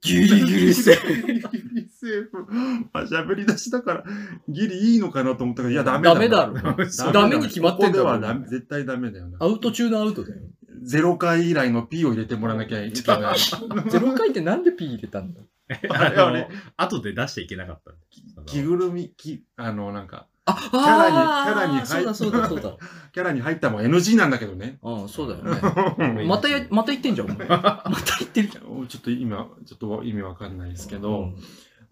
ギリギリセーフ。ギリギリセーフ。まあ、喋り出しだから、ギリいいのかなと思ったから、いや、ダメだ。ダメだろ。ダメに決まってんだろここではダメ絶対ダメだよなア。ウト中のアウトだよ。ゼロ回以来の P を入れてもらわなきゃいけない。 0回ってなんで P 入れたんだあれあれ、後で出していけなかった。着ぐるみ、きあの、なんか、あ、キャラにキャラに入っそうだそうだそうキャラに入ったもん NG なんだけどね。 だ。うん、そうだよね。ん またや、また言 ってんじゃん、お前。また言ってるじゃん。ちょっと今、ちょっと意味わかんないですけうどん、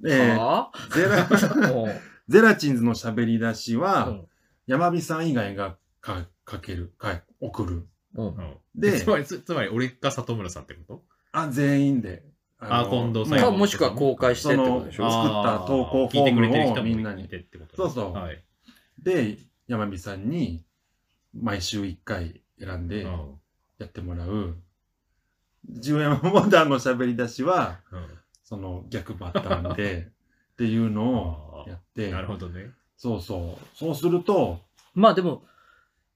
えーはゼラ あうんゼラチンズの喋り出しうはん、山火さん以外がかかける、か送る。うんで、つまり、つまり俺か里村さんってこあ、全員で。あの近藤さんか、もうもしくは公開してってことでしとそょの作った投稿フォームをみんなに聞いてくれてる人もいてってことそうねそうはい。で、山美さんに毎週1回選んでうんやってもらう。十山モダンの喋り出しは、うその逆パターン で、っていうのをやってん。な、るほどね。そうそう。そうすると、まあでも、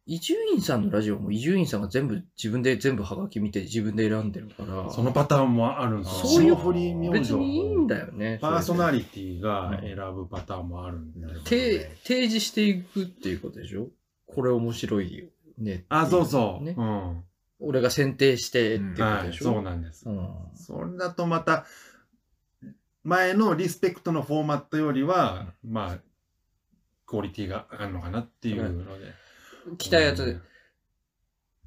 伊集院さんのラジオも伊集院さんが全部自分で全部ハガキ見て自分で選んでるから、そのパターンもあるんですよそういう霜降り明星別にいいんだよね。パーソナリリティが選ぶパターンもあるんだよ。提提示していくっていうことでしょこれ面白いよ。ね。あ、そうそう。ねうん。俺が選定してっていうこはとでい、しょ、そううなんです。んそれだとまた、前のリスペクトのフォーマットよりは、まあ、クオリティが上がるのかなっていうので。来たやつ、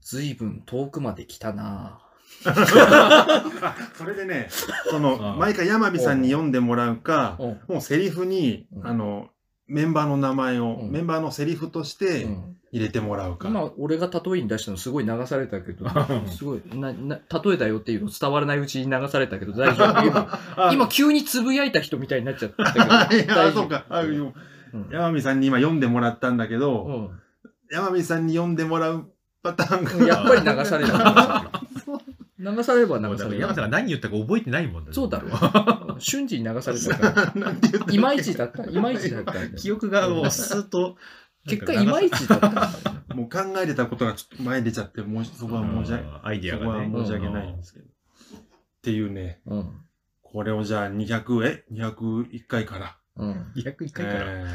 ずいぶん遠くまで来たなあ それでね、その、うん毎回山火さんに読んでもらうか、うんもうセリフにう、んあの、メンバーの名前を、うんメンバーのセリフとしてうん入れてもらうか。今、俺が例えに出したのすごい流されたけど、うすごい、な、な、例えだよっていうの伝わらないうちに流されたけど、大丈夫。今あ 今、急につぶやいた人みたいになっちゃったけど。あ いや大丈そう夫か。あうん。山火さんに今読んでもらったんだけど、うん山見さんに読んでもらうパターンうが。んやっぱり流された。流されればん。もう流ださかられ山さんがる。何言ったか覚えてないもんね。そうだろう。うん瞬時に流されたから。なんて言ったっけいまいちだった。いまいちだったんだよ。記憶がもうスーッと。結果、いまいちだったんだよ。もう考えてたことがちょっと前に出ちゃって、もうそこは申し訳、アイディそアこはがね。申し訳ないんですけど。っていうね、うん。これをじゃあ200、え ?201 回から。うん。 201回から。え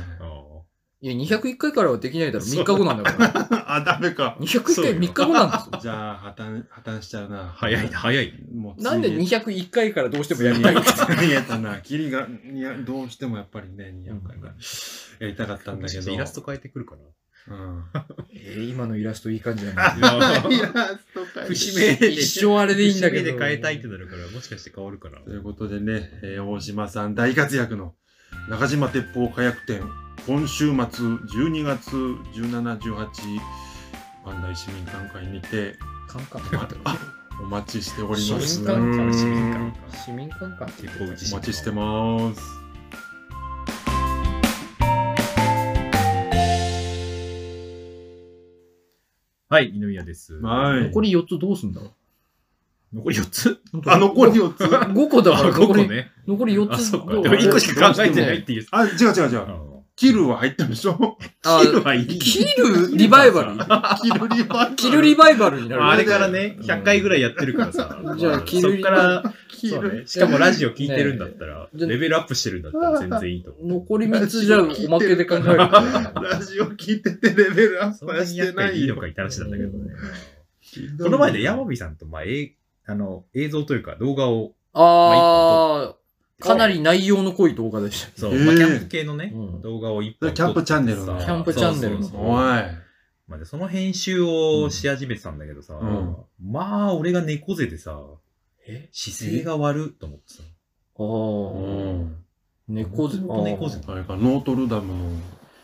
いや、201回からはできないだろ。3日後なんだから。ー あ、ダメか。 201回3日後なんですよ。じゃあ破綻、破綻しちゃうな。早い、早い。もうなんで200 201回からどうしてでもやりたいの逃げたな。キリが、にやどうしてもやっぱりね、200回からやりたかったんだけど。イラスト変えてくるか。うん。えー今のイラストいい感じだなな。 イラスト変えて節目で。一生あれでいいんだけ ど。節目で変えたいってなるから、もしかして変わるかな。ということでね、えー大島さん大活躍の中島鉄砲火薬店、今週末12月17、18、磐梯市民館会にてカンカンお待ちしております。市民館会うん市民館会市民館か。鉄砲打ちお待ちしてます。はい、二宮です。はい残り4つどうすんだろう残り4つあ、残り4つ ?5 個だからあ、こ残こり、ね。残り4あ、つそどうか。う。でも1個しか考えてないっていう。あ、違う違う違あう。のキルは入ったでしょあ切るはいい。切るリバイバルキルリバー切るリバイバルになる。あれからね、うん100回ぐらいやってるからさ。じゃあま切るそっから、キそうル。ねしかもラジオ聞いてるんだったら、ねレベルアップしてるんだったら全然いいと思う。残り3つじゃあおまけで考える。ラジオ聞いててレベルアッそプんなはにしやてっぱないりいいのい。かいたらしなんだけどね。その前で山火さんと、まあ、えあの映像というか動画を、ああ、かなり内容の濃い動画でした。そう、えーまあ、キャンプ系のね、うん動画を一それ本キャンプチャンネルの撮ってさキャンプチャンネルのそうそうそうおい。まあでその編集をし始めてたんだけどさ、うんまあ、俺が猫背でさ、え姿勢が悪いと思ってさ。あうあ、ん。猫背。本当猫背あーあれか、ノートルダムの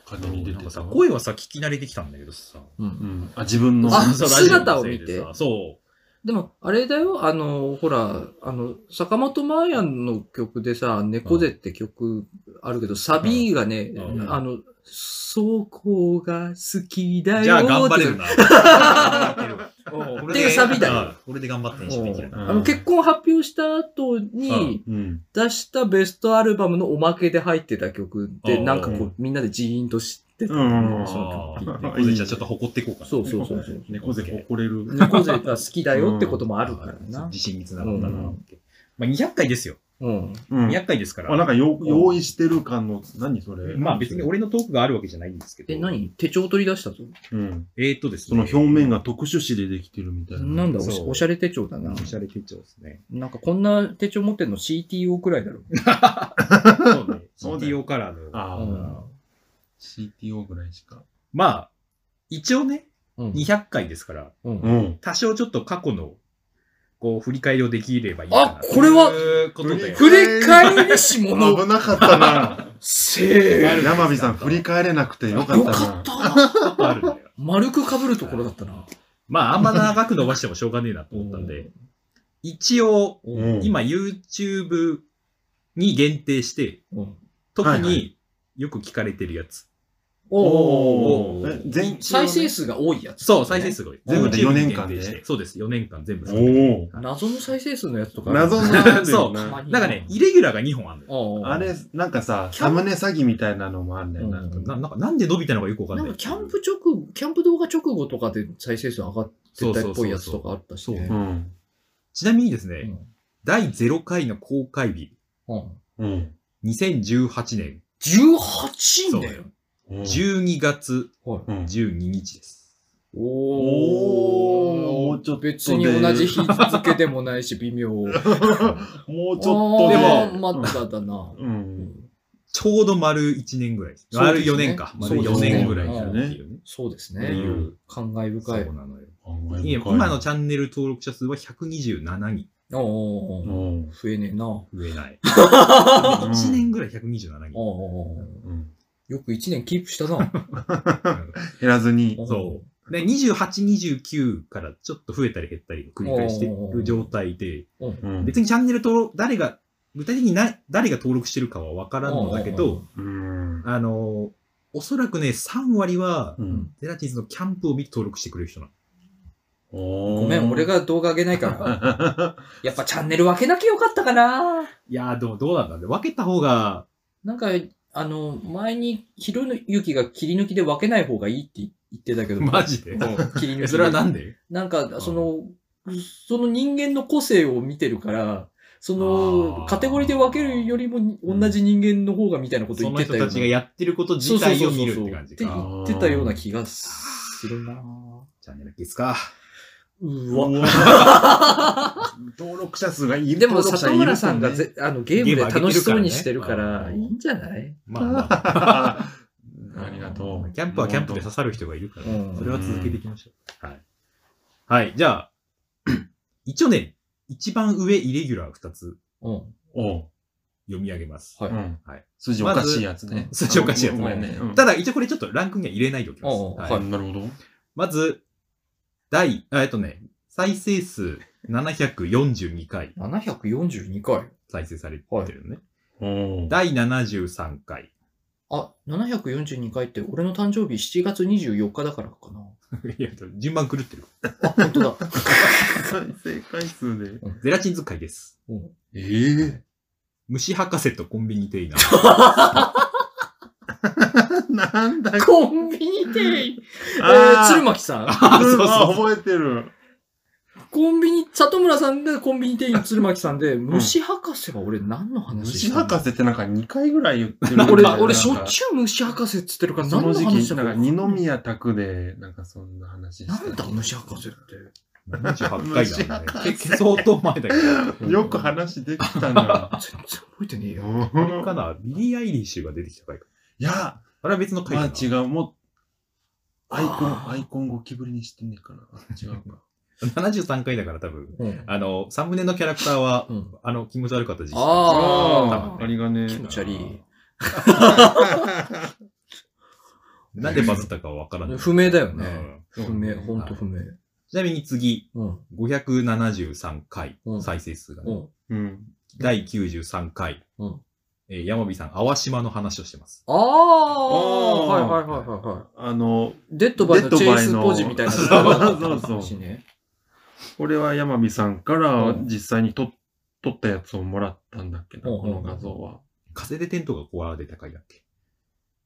風に出なんてかさ、た。声はさ、聞き慣れてきたんだけどさ。う。うんん。あ、自分の。あそう姿を見てラジオのせいでさそでも、あれだよ、あの、ほら、あの、坂本真綾の曲でさ、猫背って曲あるけど、サビがね、うんあの、そこが好きだよう。じゃあ、頑張れるっな。頑張っ てるわて俺っでていうサビだよ。あ俺で頑張って編集できるうな。んあの結婚発表した後にうん。出したベストアルバムのおまけで入ってた曲で、うんなんかこうみんなでジーンと知ってた。うんその曲うん猫背じゃちょっと誇っていこうかな。そうそうそうそう。猫背誇れる。猫背が好きだよってこともあるからな。自信につながったうなっんて。まあ、200回ですよ。うん。うん。 200回ですかあ、なんら。かよ用意してる感の、何それ。まあ別に俺のトークがあるわけじゃないんですけど。え、何手帳取り出したぞ。うん。えーっとですそね。の表面が特殊紙でできてるみたいな。なんだおし、そうおしゃれ手帳だなお。しゃれ手帳ですね。なんかこんな手帳持ってんの CTO くらいだろ。そうね。そうだよ CTO カラーの。ああ、うん。 CTO ぐらいしか。まあ、一応ね、うん。 200回ですから、うんん。多少ちょっと過去の、こう、振り返りをできればいいかな。あこれはということで。振り返りし 者危なかった な。せー。山火さん、振り返れなくてよかっよたかなっ。ちた。ょっとあるんだよ。丸く被るところだったな。まあ、あんま長く伸ばしてもしょうがねえなと思ったんで、一応、うん今 YouTube に限定して、うん。特はいはによく聞かれてるやつ。おおーえー全再生数が多いやつ。そう、再生数が多い。全部で YouTube に4年間で限定してそうです、4年間全部お含めて。ー謎の再生数のやつとかある。謎のたなんだそようなまになんかね、イレギュラーが2本あるのよ。おうおうあれ、なんかさ、キャンサムネ詐欺みたいなのもあんだよな。うんななんかなんで伸びたのかよくわかんなない。んかキャンプ直後、キャンプ動画直後とかで再生数上がってたっぽいやつとかあったし、ね。ううんん。ちなみにですね、うん第0回の公開日、うん。 2018年18だよ。うん12月はいうん12日です。おーもうちょっとで別に同じ日付でもないし、微 妙。もうちょっとあでー。まだだな。う。うんんちょうど丸1年ぐらいです。そうです丸ね4年か。丸4年ぐらいですよね。そうですねっていうねってそうですね。いう。感慨深そ。いうなのよ。いや今今のチャンネル登録者数は127人。おうおうおううん。増えねえな。おう増え ない。うん1年ぐらい127人。おうおううんよく1年キープした な。減らずに。そで、28、29からちょっと増えたり減ったり繰り返してる状態で、うん別にチャンネル登録、誰が、具体的にな誰が登録してるかはわからんのだけど、、うん。あの、おそらくね、3割はう、んゼラチンズのキャンプを見て登録してくれる人なの。ごごめん、俺が。が動画上げないから。 やっぱチャンネル分けなきゃよかったかな。いやー、でもどうなんだろうね。分けた方が、なんか、あの、前に、ひろゆきが切り抜きで分けない方がいいって言ってたけど。マジで。うん切り抜きえで。それはなんでなんか、その、その人間の個性を見てるから、そあの、ーカテゴリーで分けるよりもに同じ人間の方がみたいなこと そ言のってた人よ、たね。ちがやってること自体を見るって感じそうそうか。そうって言ってたような気がするなぁチャンネルですか。うわ。うわ登録者数がいる。でも、登録者い里る村とさんがねぜあのゲームで楽しそうにしてるか、ゲーム上げてるかららいねいんじゃないまあまあ。ありがとう。キャンプはキャンプで刺さる人がいるから、うんそれは続けていきましょう。はい。はい、じゃあ、一応ね、一番上イレギュラー二つうん。おう読み上げます。はい。うんはい筋おかしいやつね。まず筋おかしいやつねごめんね。うんただ、一応これちょっとランクには入れないでおきます。おうおうはいはい、なるほど。まず、第、あえっとね、再生数742回742回。再生されてるのね。おう第73回。 あ、742回って俺の誕生日7月24日だからかな。いや、順番狂ってる。あ、本当 再だ。生回数で。ゼラチンズ会です。うんええ虫博士とコンビニ店員ななんだこコンビニ店員。えー、あー鶴巻さん。あれは覚えてる。コンビニ、里村さんでコンビニ店員鶴巻さんで、虫博士は俺何の話し虫たの博士ってなんか2回ぐらい言ってる 俺、なんか俺しょっちゅう虫博士っつってるからそ何のの時話期、したなのんか二宮拓で、なんかそんな話してなんだ虫博士って。 28回虫だ、ね博。士結構相当前だけど。よく話できたな。全然覚えてねえ よ。あれかなビリー・アイリッシュが出てきた回か。いや、あれは別の回まかあな。違う。もう、アイコあン、ーアイコンゴキブリにしてんねえかな。違うか。 73回だから多分。うんあの、サムネのキャラクターは、うんあの、気持ち悪かった実際 あーありがねえな。気持ち悪い。なんでバズったかはわからない。不明だようね。んそう不ね明、ほんと不明。ちなみに次、うん。 573回う、ん再生数がね、うん。うん。第93回、うんえー山火さん、淡島の話をしてます。ああはいはいはいはいはい。あの、デッドバイのチェイスポジみたいな。デッドバイのそうそうそうね。これは山美さんからうん実際に撮撮ったやつをもらったんだっけど、うんこの画像は。風でテントが壊れた回だっけ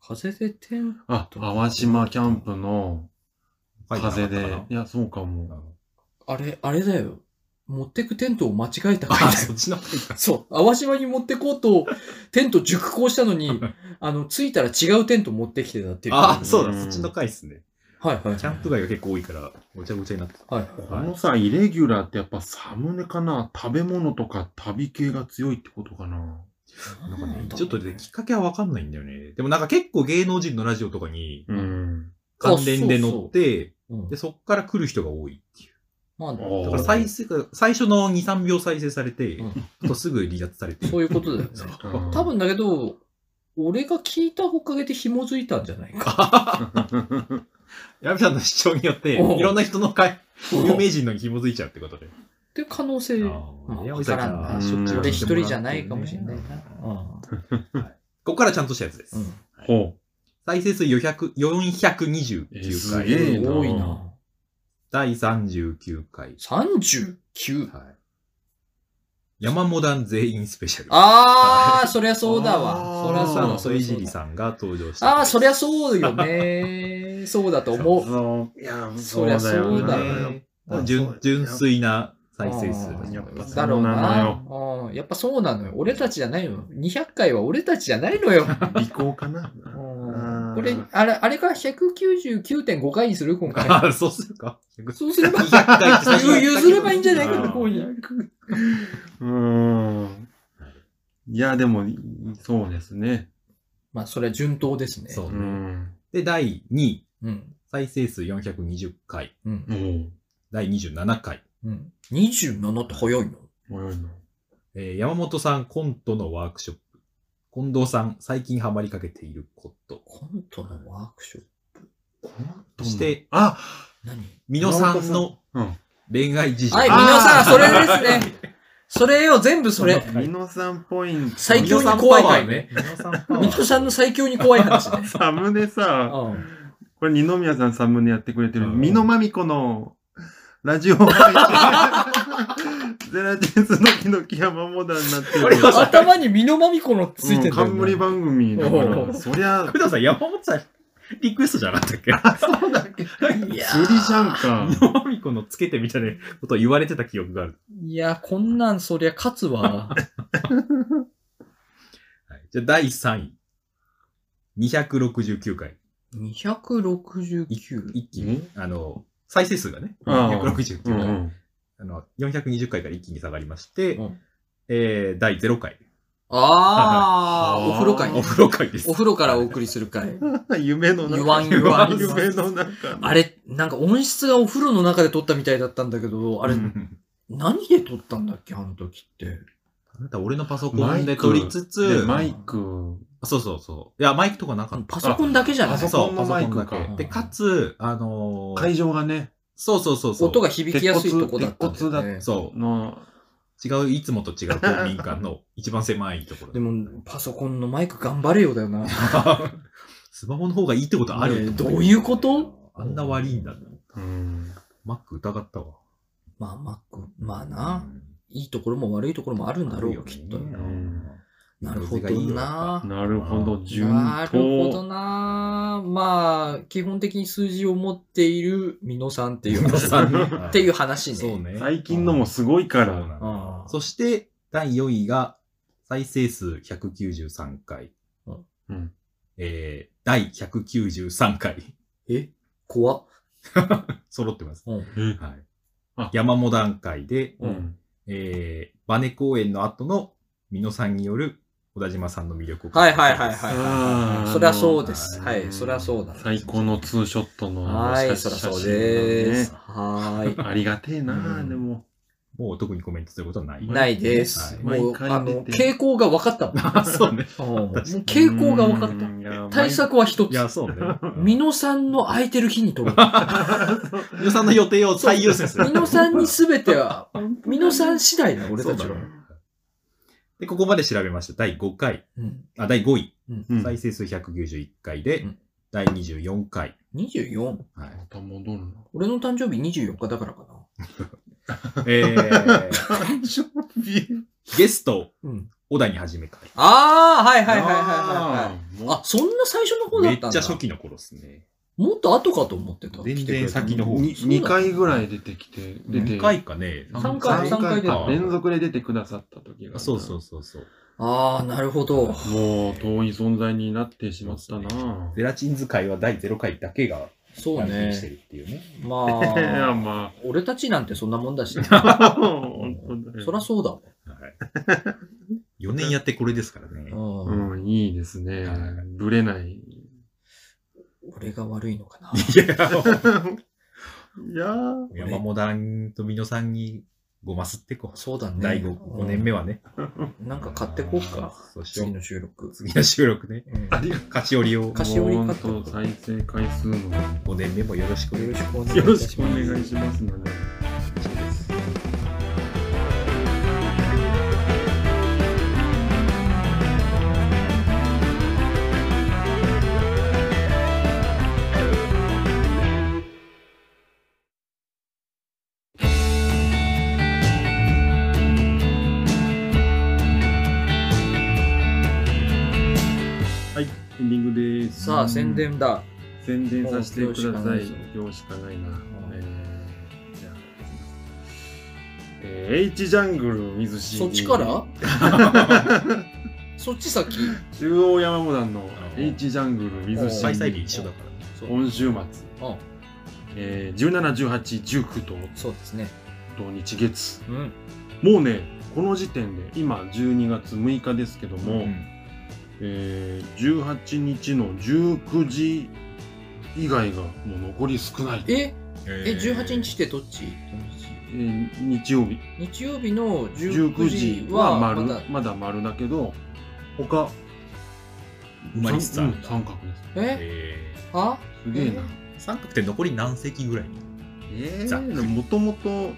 風で天あ、淡島キャンプの風書いてなかでっ。いや、そうかたかなも。あれ、あれだよ。持ってくテントを間違えたかあ、ら。そっちの回か。そう。淡島に持ってこうと、テント熟考したのに、あの、着いたら違うテント持ってきてたっていう。あは、いそうだ、うんそっちの回っすね。はい。キャンプ街が結構多いから、ごちゃごちゃになってた。はいこはい。のさ、イレギュラーってやっぱサムネかな食べ物とか旅系が強いってことかななんかね、ちょっとね、きっかけはわかんないんだよね。でもなんか結構芸能人のラジオとかにうん。関連で乗って、うんで、そっから来る人が多いっていう。まあおーだから再生が、最初の2、3秒再生されて、うんあとすぐ離脱されて。そういうことだよね。うん多分だけど、俺が聞いたおかげで紐づいたんじゃないか。ヤビさんの主張によって、おういろんな人の回、有っ名人のに紐づいちゃうってことで。て可能性。ーわからんなヤビさんうんは俺しょっ一ちゅう人じゃないかもしれないな。こうこからちゃんとしたやつです。ん。ほ再生数400 429えーす回。げえな多いな。第39回。 39。はい。山モダン全員スペシャル。あー、そりゃそうだわ。あーそりゃそうあだ。の、そそりいゃそじうりだ。さんが登場した。あー、そりゃそうよ ね。そうだとう。思う。そう。いや、そそうりゃだそうよだねね。ね純純粋な再生数うんやっぱだろそううなな。うんやっぱそうなのよ。俺たちじゃないのよ。200回は俺たちじゃないの よ。尾行かなうんうんこれ、あれ、あれから199.5回にする今 回。あ そうするか そうすれば、 200回って最初に言ったけど譲ればいいんじゃないかうな、んこういう。うーん。いや、でも、そうですね。まあ、それは順当ですね。そううね。ん。で、第2位。うん。再生数420回。うん。も第27回。うん。27って早いのう、泳いの。えー山本さんコントのワークショップ。近藤さん最近ハマりかけていること。コントのワークショップ。そして、あ何美濃さんのうん。恋愛事情。はい、あ皆ーさん、それですね。それよ、全部それ。美濃さんポイント。最強に怖い回ね。美濃さんパワーミトさんの最強に怖い話 ね。サムネさ、うんこれ二宮さんサムネやってくれてる、うん美濃まみこのラジオ 配信。ゼラチンスの木の木山モダンになってる。これは頭にミノマミコのついてうんるんだよね冠番組だかおうら、そりゃ、工藤さん、山本さん、リクエストじゃなかったっけそうだっけ。いや釣りじゃんか。マミコのつけてみたいなことを言われてた記憶がある。いや、こんなんそりゃ勝つ わ。はい、じゃあ、第3位。269回。 269。一気にん、あの、再生数がね、ああ269うん回、うん。あの。420回から一気に下がりまして、うんえー、第0回。あー、はいお風呂会おね。風呂会です。お 風呂からお送りする会。夢の中。言わん言わん夢の中。あれ、なんか音質がお風呂の中で撮ったみたいだったんだけど、あれ、うん何で撮ったんだっけ、あの時って。あなた俺のパソコマンイでク撮りつでつ、マイク。あそうそうそう。いや、マイクとかなかった。パソコンだけじゃないあパソそうコンのマイクかパソだけで、かつ、あのー会場がね、そうそうそうそう。音が響きやすいとこだったんだよね。そう。の、違う、いつもと違う 公民館の一番狭いところ。でも、パソコンのマイク頑張れよだよな。スマホの方がいいってことある、ねえどういうことあんな悪いんだ。うん。マック疑ったわ。まあ、Mac、まあな、いいところも悪いところもあるんだろう、よねきっと。んなるほ水がどいいよななるほあど、ー順なるほど当。なまあ、基本的に数字を持っている美濃さんっていう皆話。さんっていうう話ね。そうね最近のもすごいかそうならん。あそして、第4位が、再生数193回。うん。えー、第193回。え怖っ。揃ってます。うん。えはいあ。山モダン会で、ううんん。えー、バネ公演の後の、美濃さんによる、小田島さんの魅力を。はいはいはいはいあーそりゃそうです。あのはい、そりゃそうだ。最高のツーショットのは写真い、そりゃそうで写真す。はーだねありがてえなうあ、んでも。もう特にコメントすることはないい。。ないです。はいもう毎、回あ出の、て傾向が分か ったもん。あそうね。うんもう傾向が分かった。た対策は一いつ。や、 そうね。美濃さんの空いてる日に撮る。美濃さんの予定を最優先する。美濃さんに全ては、 美濃さん次第だ、俺そたうちだは。ね で、ここまで調べました。第5回。うんあ、第5位。うん再生数191回で、うん第24回。 24? はいま。た戻るの。俺の誕生日24日だからかな。えー、誕生日ゲスト、うん。小谷はじめ会。ああ、はいはいはいはいはい、いはい。あ、そんな最初の方だめっったんだ。ちゃ初期の頃ですね。もっと後かと思ってた。全然来てくれた先の方に2回ぐらい出てきて、出て。 2回かね。三回三三回か出た連続で出てくださった時が。そうそうそうそう。ああ、なるほど。もう遠い存在になってしまったなゼラチンズ会は第0回だけがそうランクインしてね。るっていうね。まぁ。い や、あ、ま俺たちなんてそんなもんだし、あ。本当だよそらそうだわ。はい、4年やってこれですからね。う、うんん、いいですねはい。ぶれない。俺が悪いのかな。いや、いやー山モダンと美濃さんにごますってこう。そうだね。第 5, 5年目はね。うん。なんか買ってこうかあー。そうしよう次の収録。次の収録ね。うんありが勝ち折りを菓子折り買ったとう。再生回数の。よ5年目もよろしくお願いしますよろしくお願いろいたししくお願いします。ますので。はい、エンディングです。さあ、宣伝だ。宣伝させてくださいもう。今日しかないな。んえー、じゃあ、えー、H ジャングル水 CD そっちからそっち先。中央山モダンのうん H ジャングル水 CD 開催日一緒だからね。そう今週末、うんえー、17、18、19とそうですね。土日月うん。もうねこの時点で今12月6日ですけども、うんえー、18日の19時以外がもう残り少ない、ええ、え、18日ってどっちー日曜日日曜日の19 19時時ははま丸だ、まだ丸だけど他埋まりつつあるうん三角ですええーあすげえな三角って残り何席ぐらいえざっくりー、もともと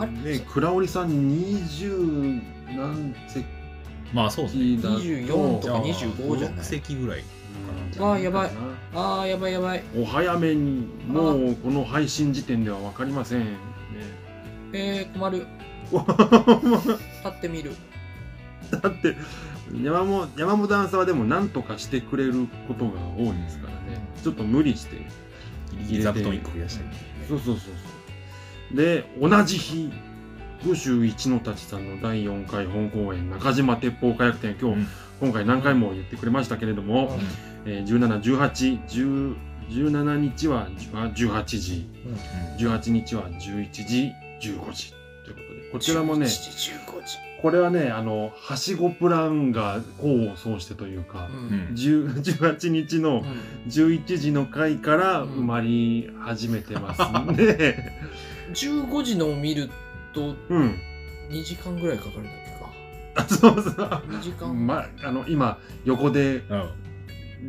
あれね倉織さん20何席まあそうですね。だと24とかあ25じゃな5い6席ぐらい。うんあーやばいあー、やばいやばい。お早めにもうこの配信時点では分かりませんねえー、困る。だ立ってみる。って山本山本ダンサーはでも何とかしてくれることが多いですからねちょっと無理してギリギリ座布団1個増やしたり。そうそうそうそう。で、同じ日、武州一の太さんの第4回本公演、中島鉄砲火薬店、今日、うん今回何回も言ってくれましたけれども、えー17、18、10 17日はあ18時、18日は11時、15時ということで、こちらもね17、時15時。これはね、あの、はしごプランが功を奏してというかう、。うんん10 18日の、11時の回から埋まり始めてますんで、 15時のを見るとうん。 2時間ぐらいかかるんだっけか。あそうそう。 2時間。ま、あの、今、横でうん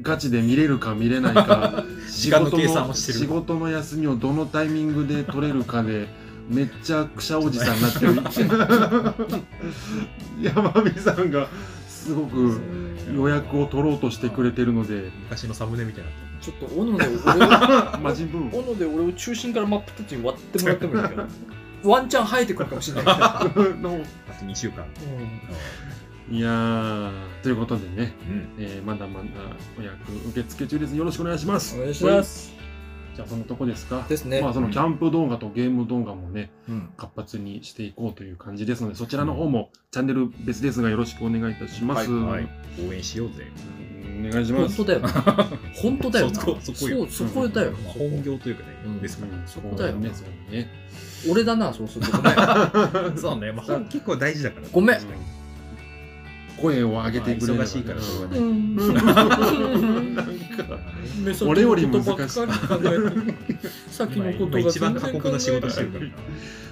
ガチで見れるか見れないか、時間の計算をしてる仕事の休みをどのタイミングで取れるかで、めっちゃくしゃおじさんになってる。山美さんが、すごく予約を取ろうとしてくれてるので、昔のサムネみたいになちょっと、斧で俺 を。マジブー。斧で俺を中心から真っ二つに割ってもらってもいいかなワンチャン生えてくるかもしれないけど、の ってる。あと2週間。うんいやー、ということでね、うん。えーまだまだお役受付中です。よろしくお願いします。お願いします。じゃあ、そのとこですか。ですね。まあ、そのキャンプ動画とゲーム動画もね、うん。活発にしていこうという感じですので、そちらの方もチャンネル別ですが、よろしくお願いいたします。はい。応援しようぜ。お願いしま本す。当だよな。本当だよな。そこそこよそうそこだよな。まあ本業というかねうん、ですから。うんそこだよね、そうね。俺だな、そうすると。ごめん。 そうね、まあ、本結構大事だから。ごめんうん声を上げてくれればね忙しいからしょうがないうん 俺より難しい目先のことばっかり考えて先のこ今と今が一番全過然酷な仕事して考るからな。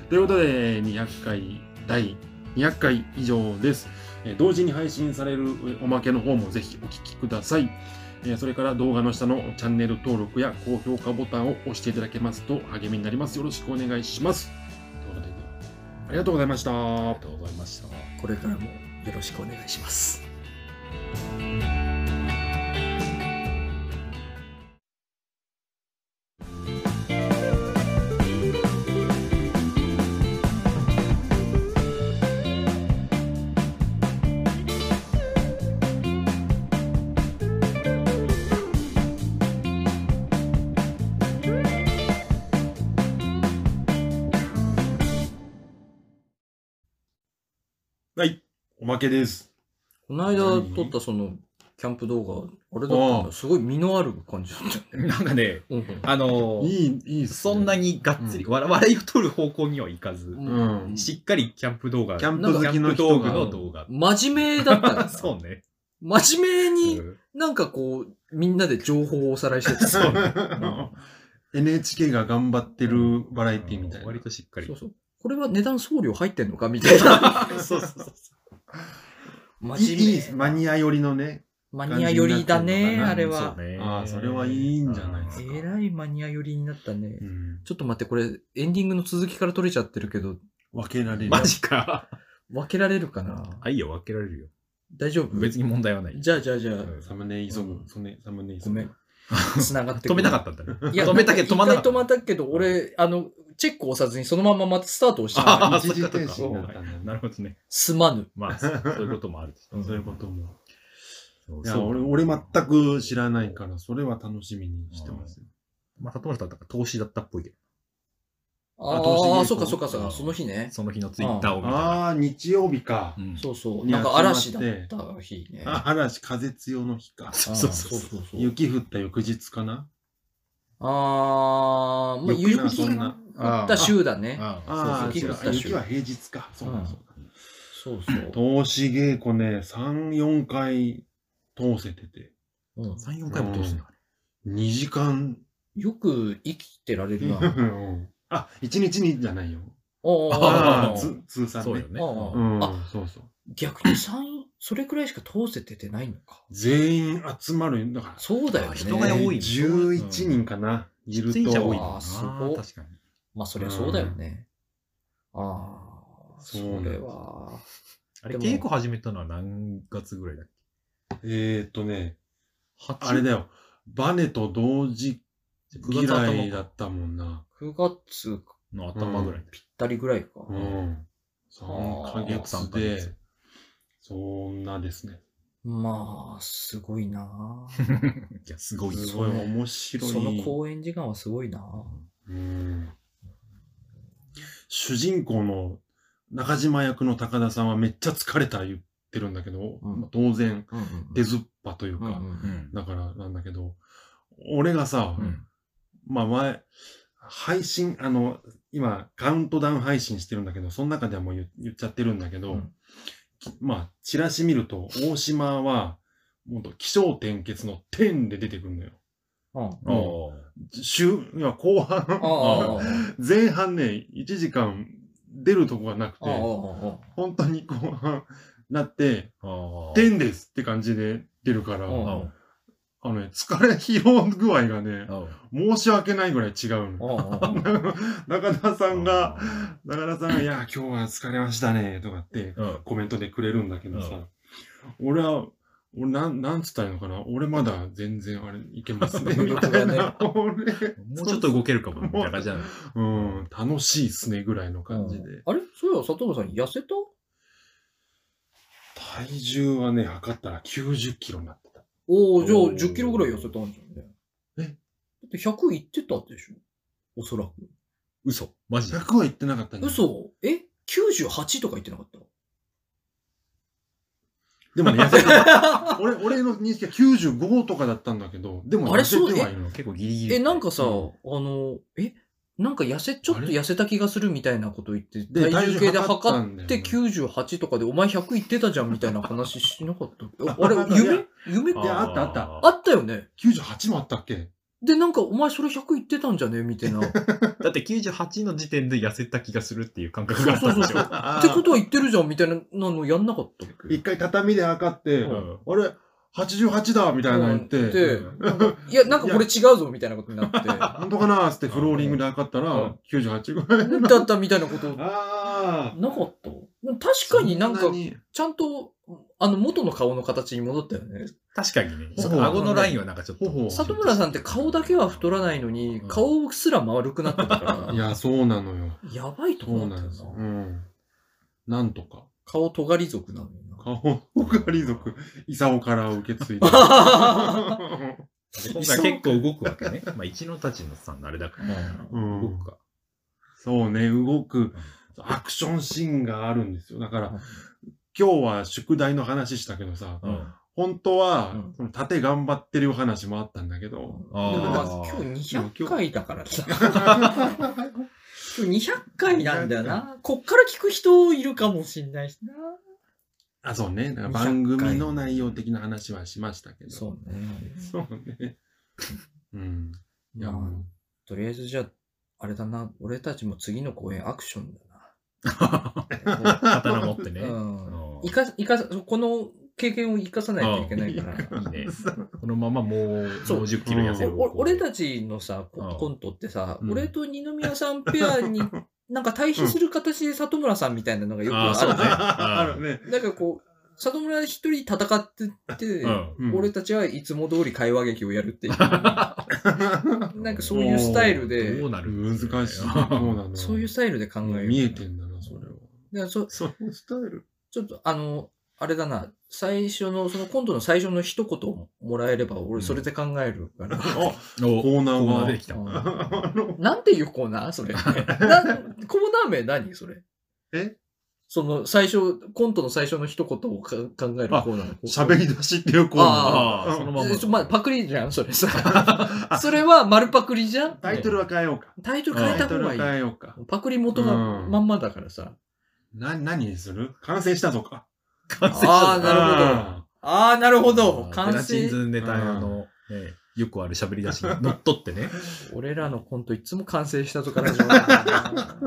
ということで、200回、第200回以上です。えー同時に配信されるおまけの方もぜひお聞きください。えーそれから動画の下のチャンネル登録や高評価ボタンを押していただけますと励みになります。よろしくお願いします。ということで、ありがとうございました。ありがとうございました。えこれからもよろしくお願いします。はい、おまけです。この間撮ったそのキャンプ動画、あれだったんあだあよ。すごい身のある感じだったよね。なんかね、うんあのいー、い、いいっすねそんなにがっつり、わら笑いを取る方向にはいかず、うんしっかりキャンプ動画、キャンプ好きの人道が具の動画。真面目だったよ なそうね。真面目にうんなんかこう、みんなで情報をおさらいしてた。そうね。 NHK が頑張ってるバラエティみたいな。割としっかり。そうそう。これは値段送料入ってんのかみた いな。そうそうそう。いいいいマニア寄りのね。マニア寄りだね、感あじれになはって。ああそれはいいんじゃないですかえらいマニア寄りになったね。うんちょっと待って、これエンディングの続きから取れちゃってるけど、分けられる。マジか。分けられるかな、あ、いいよ、分けられるよ。大丈夫別に問題はない。じゃあじゃあじゃあ、うんサムネイ急ぐう。んサムネサムネイ急ごぐめん。 繋がって止めなかっったんだね。たいや、止めたけど止まんなかった。一回止まったけど、俺、あの、チェック押さずにそのまままたスタートをしあた。あ、一時停止にそなっっかたんだねなるほどね。すまぬ。 まあ、そういうこともある。そういうことも。そいや、俺、俺全く知らないから、それは楽しみにしてますよ。まあ、里村さんだから投資だったっぽいけど、ああ投資でいいあのー、そうかそうかそううか、んその日ね。その日のツイッターを見たら。ああ、日曜日かう。んそうそう。いやなんか嵐だった日ね。あ、嵐、風強の日か。 そうそうそうあーそうそうそう雪降った翌日かな。あー、まあ、よくな雪そんな降った週だね。あああ、そう雪そうがそう雪は平日か。そううか、んそうか。そうそう。投資稽古ね、3、4回通せてて、うん3、4回も通してた。 2時間。よく生きてられるな。あうん あ、1日にじゃないよ。あああ、つ通算そうねよ。ね。ああうんあ、そうそう。逆に三それくらいしか通せててないのか。全員集まる。だから、そうだよね。人が多い11人かな、いると。出演者多いあもんーな。すごい確かに。まあ、そりゃそうだよね。ああ、そそうなんですれは。あれ、でも稽古始めたのは何月ぐらいだっえーっとね、けあれだよ。よ。バネと同時9月嫌い頭だったもんな。 9月ぴっの頭ぐらい。たりぐらいか。うん。3ヶあー月で、そんなですね。まあ、すごいな。いや、すごいよ。すごいそうね面白い。その公演時間はすごいな。うん主人公の中島役の高田さんはめっちゃ疲れた言ってるんだけど、うんまあ当然うんうんうん出ずっぱというか、うんううんん。だからなんだけど、俺がさ、うんまあ前、配信、あの、今、カウントダウン配信してるんだけど、その中ではもう言言っちゃってるんだけど、うんきまあ、チラシ見ると、大島は、もっと気象転結の点で出てくるのよ。うんあー週、いや、後半、ああああ。前半ね、1時間出るとこがなくあて、あああああ本当に後半なって、あー。点ですって感じで出るから、うんああのね、疲れ疲労具合がねー、あー。申し訳ないぐらい違うの。ああ 中田さんが、あ中田さんが、い や、今日は疲れましたね、とかってー、うん。コメントでくれるんだけどさ、俺は、俺なん、なんつったらいいのかな俺まだ全然あれ、いけます ね、みたいな。俺、もうちょっと動けるかも、みたいな感じなの。うん、楽しいっすね、ぐらいの感じで。あれそういや、佐藤さん、痩せた体重はね、測ったら90キロになってた。おお、じゃあおー10キロぐらい痩せたんじゃんね。えだって100いってたでしょおそらく。嘘マジで100は言ってなかったね。嘘え ?98 とか言ってなかったでもね、痩せた。俺、俺の認識は95とかだったんだけど、でもあれ痩せてはいるの。結構ギリギリ。え、なんかさ、うあの、え、なんか痩せ、ちょっと痩せた気がするみたいなこと言って、で体重計で体重測った測んだっよてね98とかで、お前100いってたじゃんみたいな話しなかった あれあ、いや夢夢いやあったあったあったよね98もあったっけで、なんか、お前それ100いってたんじゃねみ たいな。ってだって98の時点で痩せた気がするっていう感覚があったんでしそうょ。そうことは言ってるじゃんみたいなのやんなかったっけ一回畳で測って、うんあれ、88だみたいなの言って、でなんかいや、なんかこれ違うぞみたいなことになって、だ本当かなーっつってフローリングで測ったうらん、 98ぐらい。ったみたいなこと、なああ。かった。確かになんかそ、にちゃんと、あの、元の顔の形に戻ったよね。確かにね。ほそぼの顎のラインはなんかちょっと。ほぼ里村さんって顔だけは太らないのに、うん顔すら丸くなってたかいら、や、そうなのよ。やばいとそうこだなったんよですよ。うな。ん。なんとか。顔尖り族なのにな。顔、おかり族、イサオから受け継い で。うで今回結構動くわけね。まあ、一のたちのさ、あれだから。う動んく。か。そうね、動く、アクションシーンがあるんですよ。だから、今日は宿題の話したけどさ、うん。あ本当はうん、その縦頑張ってるお話もあったんだけど、あでもまあー今日200回だからさ。今日200回なんだよな。こっから聞く人いるかもしんないしな。 あ、そうね、だから番組の内容的な話はしましたけど。そうね。そう ね。うん。いや、まあもうとりあえずじゃあ、あれだな。俺たちも次の公演アクションだな。 刀持ってね。うんうんいか、いか、この経験を生かさないといけないか ら。いいね。このままもうそう50キロ痩せる。おお俺たちのさ、コうんコントってさ、うん俺と二宮さんペアに、 なんか対比する形で里村さんみたいなのがよくあーそうね ああるね。る。なんかこう、里村一人戦ってて、うん。うん俺たちはいつも通り会話劇をや るっていう、なんかそういうスタイルでどう、なる難しい。そううなの。そういうスタイルで考えようかな見えてんだな、それは。だからそそういうスタイル。ちょっとあの、あれだな、最初の、そのコントの最初の一言をもらえれば、俺それで考えるから。あ、おココーナーーナーが出て。きた。うんあのなんていうコーナー それ。なコーナー名何それ。えその最初、コントの最初の一言をか考えるコーナー。喋り出しっていうコーナー。あーそのまんまえちょまあ、パクリじゃんそ れさ。 それは丸パクリじゃんタイトルは変えようか。タイトル変えタたイト方ルがい変い。えようか。パクリ元がうんまんまだからさ。な、何にする完成したぞか。完成したあーなるほどああ、なるほど。ゼ完ラチン成。ズネタ用の、ね、よくある喋り出しに乗っ取ってね。俺らのコントいつも完成したとから始 まるからな。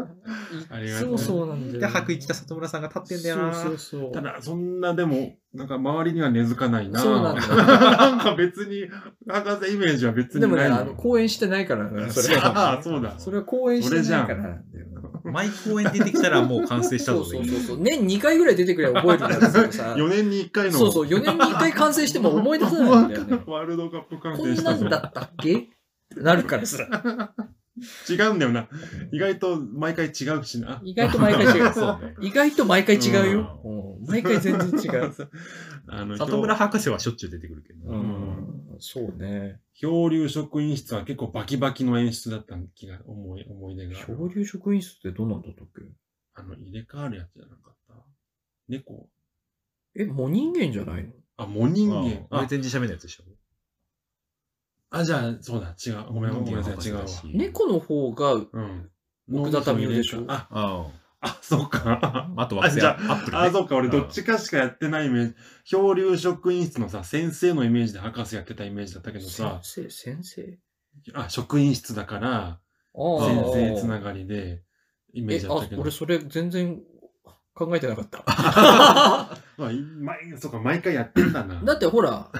あいりがつとうもそうなんだよで、な。白衣着た里村さんが立ってんだよな。そうそうそう。ただ、そんなでも、なんか周りには根付かないな。そうなんだよ なんか別に、博士イメージは別にでもなね、いあの、公演してないからな、それは。ああ、そうだ。それは公演してないからなんだよ。毎公演出てきたらもう完成したそぞうでそいういそうそう。年2回ぐらい出てくれば覚えるんだけどさ。 4年に1回の。そうそう、4年に1回完成しても思い出さないんだよ ね。ワールドカップ完こ成んしなたんぞ。だったっけってなるからさ。違うんだよな。意外と毎回違うしな。意外と毎回違う。 そうね。意外と毎回違うよ。うん毎回全然違う。。 あの、里村博士はしょっちゅう出てくるけどうな。ん、そうね。漂流職員室は結構バキバキの演出だった気が、思い、思い出が。漂流職員室ってどうなんだったっけあの、入れ替わるやつじゃなかった。猫。え、もう人間じゃないのあ、モ人間。ああ俺、全然喋るやつでしょ。あじゃあ、そうだ、違う。ごめん、ごめんなさい、違うわ。猫の方が、うん。奥田民生でしょあ、ああ、そう か。あ。あと惑星あアップル、ね。あ、そうか、俺どっちかしかやってないイメージ。漂流職員室のさ、先生のイメージで博士やってたイメージだったけど先さ、生、先生あ、職員室だから、ああ先生つながりで、イメーえジ、だったあけ、ど俺。それ全然考えてなか った。まあ、い毎そうか、毎回やってんだな。 だってほ ら、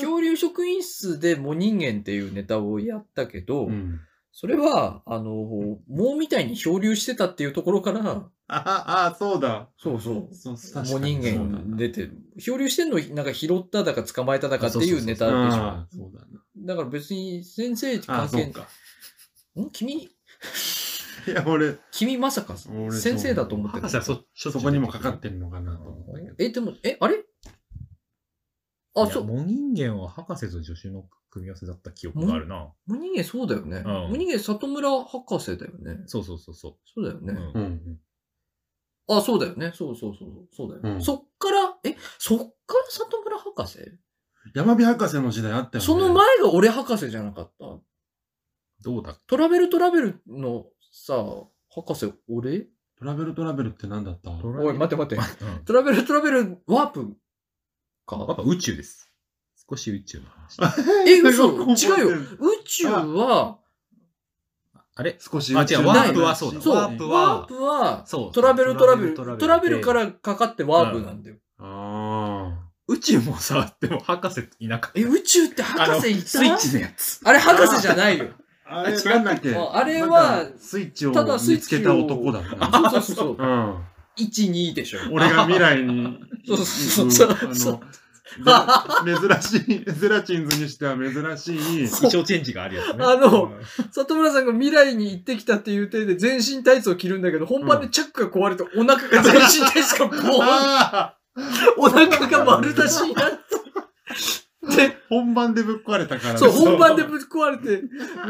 漂流職員室でも人間っていうネタをやったけど、うん。それは、あの、藻みたいに漂流してたっていうところから、ああ、そうだ。そうそう。そう、確かにも人そうだ間な出て、漂流してんのなんか拾っただか捕まえただかっていうネタでしょ。あーそうだな。だから別に先生ああ、関そ係うんか。君、いや、俺、君まさか俺そう先生だと思って博士 はた。そ、しょっちゅそうこにもかかってんのかなと思ったけど。え、でも、え、あれあ、いやそう。モ人間は博士と助手の組み合わせだった記憶があるな。ムニゲそうだよね。うんムニゲ里村博士だよね。そうそうそうそそうだよう。ね。ううんんあ、そうだよね。そうそうそうそう。そうだよね。うんそっから、え、そっから里村博士、山火博士の時代あったよねその前が俺博士じゃなかった。どうだっトラベルトラベルのさ、博士、俺トラベルトラベルって何だったけおい、待て待て。て。うんトラベルトラベルワープやっかぱ宇宙です。少し宇宙の話。え、嘘違うよ。よ宇宙は、あれ少しあ宇宙違うのワ話ープはそうだそう、ワワーーププはは、そうトラベルトラベル、トトララベベルルからかかってワープなんだよ。ああ宇宙もさ、でも博士いなかった。え、宇宙って博士いたスイッチのやつ。あれ博士じゃないよ。あ違れ、うなんだっけああれはなんかスイッチをただスイッ見つチをけた男だったね。そうそうそううそう。ん。 1、2で しょ。。俺が未来に そうそうそう行くそうあの、ぜ珍しい、ゼラチンズにしては珍しい、衣装チェンジがあるやつね。あのうん、里村さんが未来に行ってきたっていう体で全身タイツを着るんだけど、本番でチャックが壊れてお腹が全身タイツがボーンあ お腹が丸出しになって。 でー、本番でぶっ壊れたからねそう、本番でぶっ壊れ て、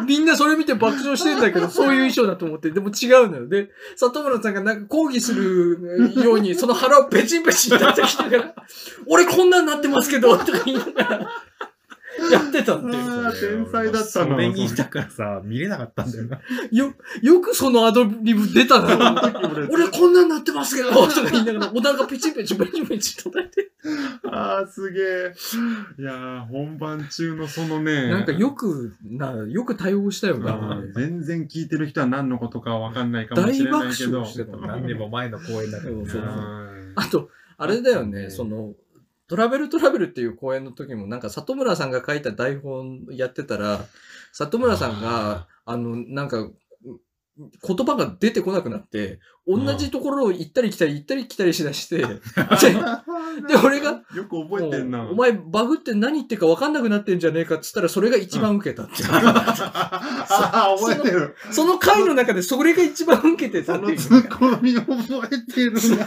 みんなそれ見て爆笑してんだけ ど、そういう衣装だと思って、でも違うのよ。で、里村さんがなんか抗議するよう に、その腹をペチンペチン叩きながら、俺こんなんなってますけど、とか言いながら、やってたんだよ。あー天才だったそのれに、だからさ、見れなかったんだよな。よ、よくそのアドリブ出たな。 俺俺、こんなんなってますけ ど、とか言いながら、お腹ペチンペチンペチンペチン叩いて。ああ、すげえ。いやー、本番中のそのね、なんかよく、な、よく対応したよあな。ー全然聞いてる人は何のことかわかんないかもし大れ爆な笑いけど。してたな何年も前の公演だからそうな。そうそううん あと、あれだようね、んその、トラベルトラベルっていう公演の時も、なんか里村さんが書いた台本やってたら、里村さんが、あの、なんか、う言葉が出てこなくなって、同じところを行ったり来たり行ったり来たりしだして、 でで俺が、よく覚えてんな。もうお前バグって何言ってるか分かんなくなってんじゃねえかっつったら、それが一番受けたっ ていう。 ああ、覚えてる。その回の中でそれが一番受けてたそっのていツう。ッコミ覚えてるな。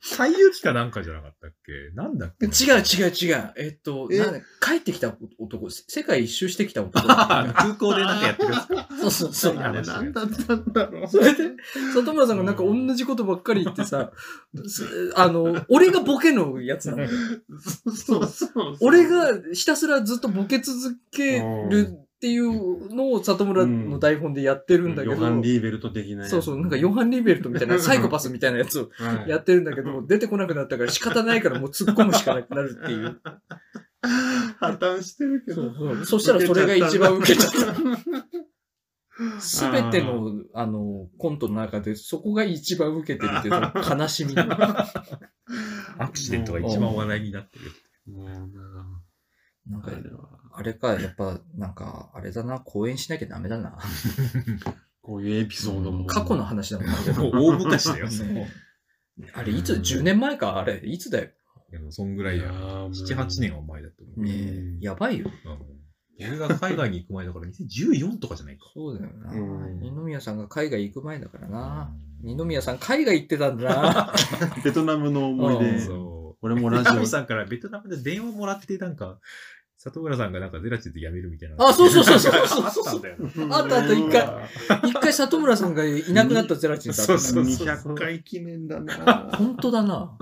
最有機かなんかじゃなかったっけなんだっけ違う違う違う。えっと、えなんだ帰ってきた男、せ世界一周してき た男。あ空港でなんかやってるやつか。そうそうそう。あれ何だったんだろう。それで、里村さんがなんか同じことばっかり言ってさ、すあの、俺がボケのやつなのよ。そうそう。俺がひたすらずっとボケ続けるっていうのを里村の台本でやってるんだけど、ヨハン・リーベルト的なやつそうそう、なんかヨハン・リーベルトみたい なサイコパスみたいなやつをはいやってるんだけど、 出てこなくなったから仕方ないからもう突っ込むしかなくなるっていう。破綻してるけ そどう。そうそしたらそれが一番受けち ゃった。すゃったべての、あの、コントの中で、そこが一番受けてるっていう、その悲し みの。アクシデントが一番話題になってる。もうななんあ、かれはあれか、やっぱ、なんか、あれだな、講演しなきゃダメだな。こういうエピソードも。過去の話だもんな。もう大昔だよ。ねあれ、いつ、10年前か、あれ、いつだよ。でもそんぐらいや。7、8年は前だと思う。ねうえんやばいよ。うん俺が海外に行く前だから2014とかじゃないか。そうだよな。うん二宮さんが海外行く前だからな。う二ん宮さん、海外行ってたんだな。ベトナムの思いうん出。そう。俺もララジジオオ。さんからベトナムで電話もらって、なんか、里村さんがなんかゼラチンで辞めるみたいな。あそうそうそうそうそう あったんだよな。あとあと一回。 一回里村さんがいなくなったゼラチンだったんだそうそうそう200回記念だな。本当だな。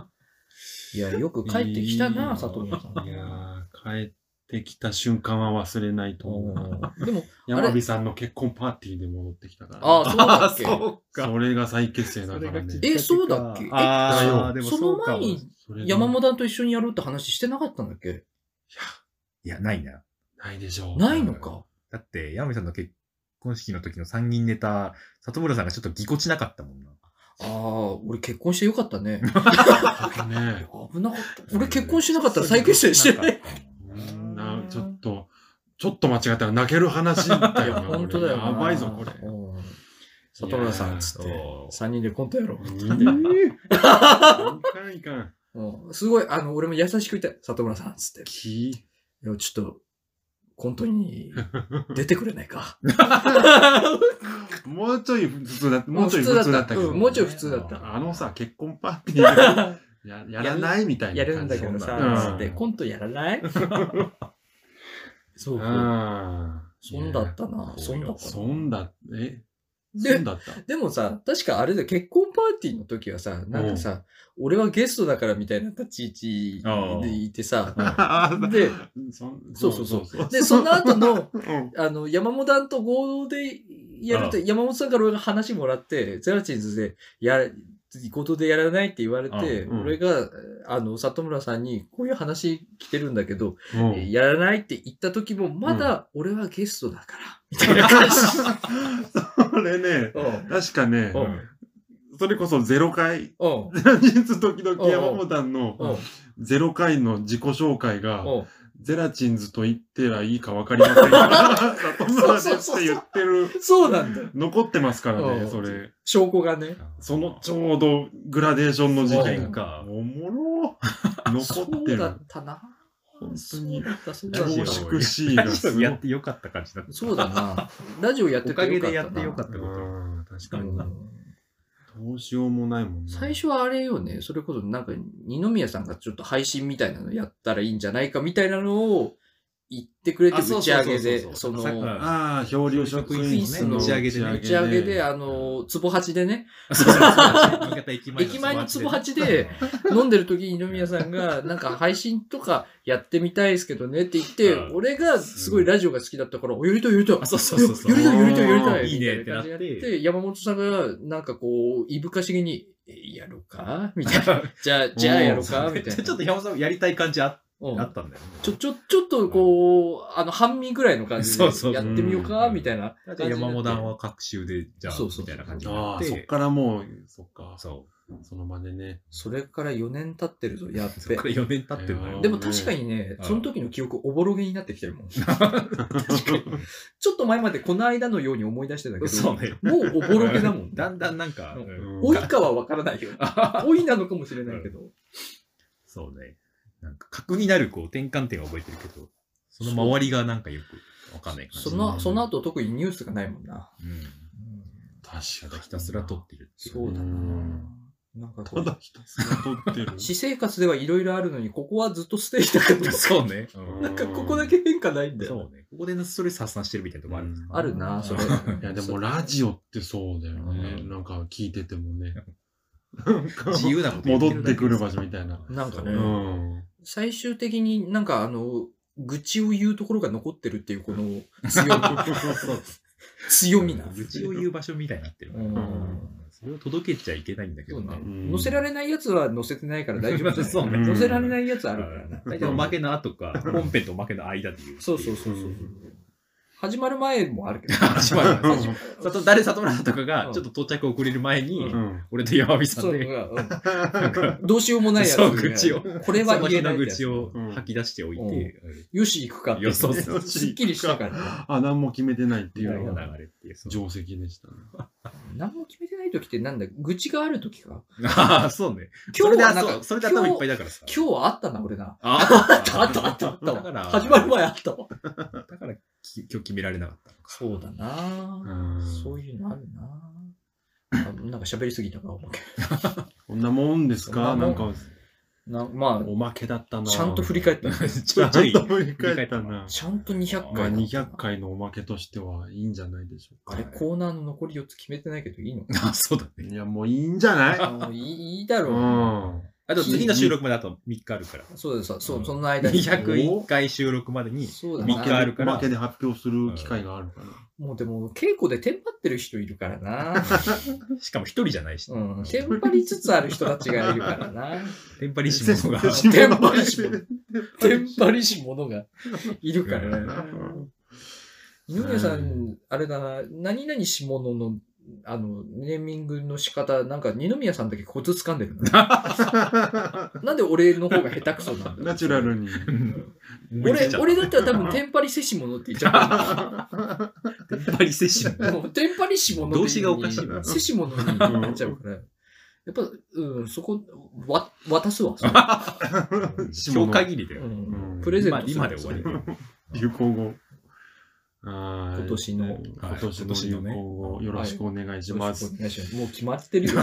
いや、よく帰ってきたな、里村さん。いやー帰ってきた瞬間は忘れないと思うな。うんでも、山火さんの結婚パーティーで戻ってきたから。ああ、そうだ あ、っけそうか。それが再結成だからねそれが。きえ、そうだっけああ、でえ、もそうのか前もにそれが山本さんと一緒にやろうって話してなかったんだっけいや、ないな。ないでしょう。ないのか。だって、山美さんの結婚式の時の参議院ネタ、里村さんがちょっとぎこちなかったもんな。ああ、俺結婚してよかったね。あとね。危なかった。俺結婚しなかったら再結成してない。。なちょっと、ちょっと間違ったら泣ける話だいよや、な。本当だよな。やばいぞ、これ。うん里村さんっつっていやー、 3人でコントやろう。いかんいかん。うんすごい、あの、俺も優しく言ったよ里村さんっつって。きいや、ちょっと、コントに出てくれないか。もうちょい普通だった。もうちょい普普通通だだっったたけどね。うんもうちょい普通だったあのさ、結婚パーティーでややらないみたいな や感じるんだけどそんなさ、つって、うんコントやらないそうそう。あー損だったな。いや損だったな。損だえで損だったでもさ、確かあれだよ、結婚パーティーの時はさ、なんかさ、俺はゲストだからみたいな立ち位ああ置でいて さ、あで、そんそうそうそうそうで、その後の、 うんあの、山本さんと合同でやると、あ山本さんから俺が話もらって、ゼラチンズで、やれ、合同でやらないって言われあて、うん俺が、あの、里村さんに、こういう話来てるんだけど、うんやらないって言った時も、まだ俺はゲストだから、みたいな感じ。それねうん確かねうそれこそゼロ回うん「ランジンズ時々山本さん」うのんゼロ回の自己紹介がうん「ゼラチンズと言ってはいいか分かりませんが」里村ですって言ってるそうなんだよ。残ってますからうねんそれ証拠がね。そのちょうどグラデーションの事件かおもろそ 残ってうだるったな。本当そうにだった、そうだラジ凝オった。縮シーンがすごいやってよかった感じだった。そうだな。ラジオやっておてかげでよやかっってたなよかったこうん確かたになうんどうしようもないもんね最初はあれよね、それこそなんか二宮さんがちょっと配信みたいなのやったらいいんじゃないかみたいなのを言ってくれてあそ打うちそう上そうげそうで、その、さっき打のああ漂流職員室の打ち上げでねち上げで、あの、壺八でね、と。そうそうそう新潟駅前駅前の壺八 で飲んでる時に二宮さんが、なんか配信とかやってみたいですけどねって言って、うん俺がすごいラジオが好きだったから、お、やりたいやりたいあそうそうそうそうやりたいやりたいやりたいうんいいねってなってみたい感じにで山本さんが、なんかこう、いぶかしげに、えやろうかみた いな。じゃあ、じゃあやろうかみたいな。ちょっと山本さんやりたい感じあうんあったんだよね。ちょ、ちょ、ちょっとこう、あの、半身ぐらいの感じでそうそうやってみようかうんみたいな感じになって。山本さんは各週で、じゃあ、そうそうみたいな感じになあっあて。そっからもうそっかそそう。の場で ねそれから4年経ってるぞ、やっそっべか。ら4年経ってるのよ。でも確かにね、うんその時の記憶おぼろげになってきてるも ん。ちょっと前までこの間のように思い出してたけど、そうね。もうおぼろげだもん。だんだんなんか、うんうん老いかはわからないよ。老いなのかもしれないけど。そうね。なんか、格になるこう転換点は覚えてるけど、その周りがなんかよくわかんない感じ。その、その後特にニュースがないもんな。うん。た確だひたすら撮ってるっていう。そうだう。なんなんかこたうだひたすら撮って る私生活ではいろいろあるのに、ここはずっとステージだ か ら。そうね。うんなんかここだけ変化ないんだよ。そうね。ここでそれ殺散してるみたいなとこある。うんあるな、それ。いいやでもラジオってそうだよねうんなんか聞いててもね 自由なこと言戻ってくるだ場所みたいなけなんかねうそうん最終的になんかあの、愚痴を言うところが残ってるっていうこの強み強みな。愚痴を言う場所みたいになってるから。うんそれを届けちゃいけないんだけそどうな。ねう。ん載せられないやつは載せてないから大丈夫じ ゃそうなねい載せられないやつあるからな。ん大体おまけの後か、本編とおまけの間で言う。そうそうそうそう。始まる前もあるけど。始まる前始まるさと誰 里村さんとかうがんちょっと到着遅れる前に、うん俺と山美さそんうで、うんなんかどうしようもないやつ。そう愚痴をこれはその言え日なのい愚やつ痴。をうん吐き出しておいて、うんうんよし、行くかって。よしそうすそうっきりしたからね。あ何も決めてないっていみたいうのがな流れっていう。そう定石でしたね何も決めてない時ってなんだ愚痴がある時か。ああ、そう ね。今今日日ははなんかそれで頭いっぱいだからさ。今日はあったな、俺な。ああった、あった、あった、あっただからわ。始まる前あったわ。だからき今日決められなかったのか。そうだなうぁんそういうのあるな ぁあなんか喋りすぎたか、おまけ。こんなもんですそかんななもんんかなまおまけだったあ、なちゃんと振り返った な。ちょいちょい ちゃんと振り返ったな ちゃんと200まあ回。 200。回のおまけとしてはいいんじゃないでしょうあかれ、コーナーの残り4つ決めてないけどいい のあそうだね。いやもういいんじゃないあもういいいいだうろんあと次の収録まであと3日あるから。う。そうださ、そうう、んその間に。 201回収録までに、そうおだまけ三日あな。るでかおらまけで発表する機会があるかもうでも、稽古でテンパってる人いるからな。しかも一人じゃないし、うん。テンパりつつある人たちがいるからな。テンパリらシモが。せテンパりしテ テンパりし者がいるからね。うん二宮さ、うんあれだな、何々しものの、あの、ネーミングの仕方、なんか二宮さんだけコツ掴んでる な。なんで俺の方が下手くそなん だナチュラルに俺、俺だったら多分分テンパリせしものって言っちゃ テンパリセッショう。ン。もうテンパリしものって言うのに動詞がおかしいなせしもの になっちゃうから。やっぱ、うん、そこ、わ、渡 すわ。それ今日限りだうよ。んうんプレゼント今今で終わりだよ。流行語今今年の今年の流行今年の語ねよろしくお願いしますよろしくお願いしますもう決まってるよ。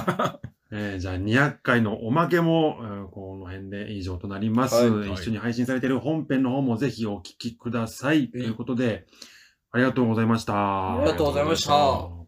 えーじゃあ200回のおまけも、えーこの辺で以上となります、はいはい一緒に配信されている本編の方もぜひお聞きください。ということで、ありがとうございました。ありがとうございました。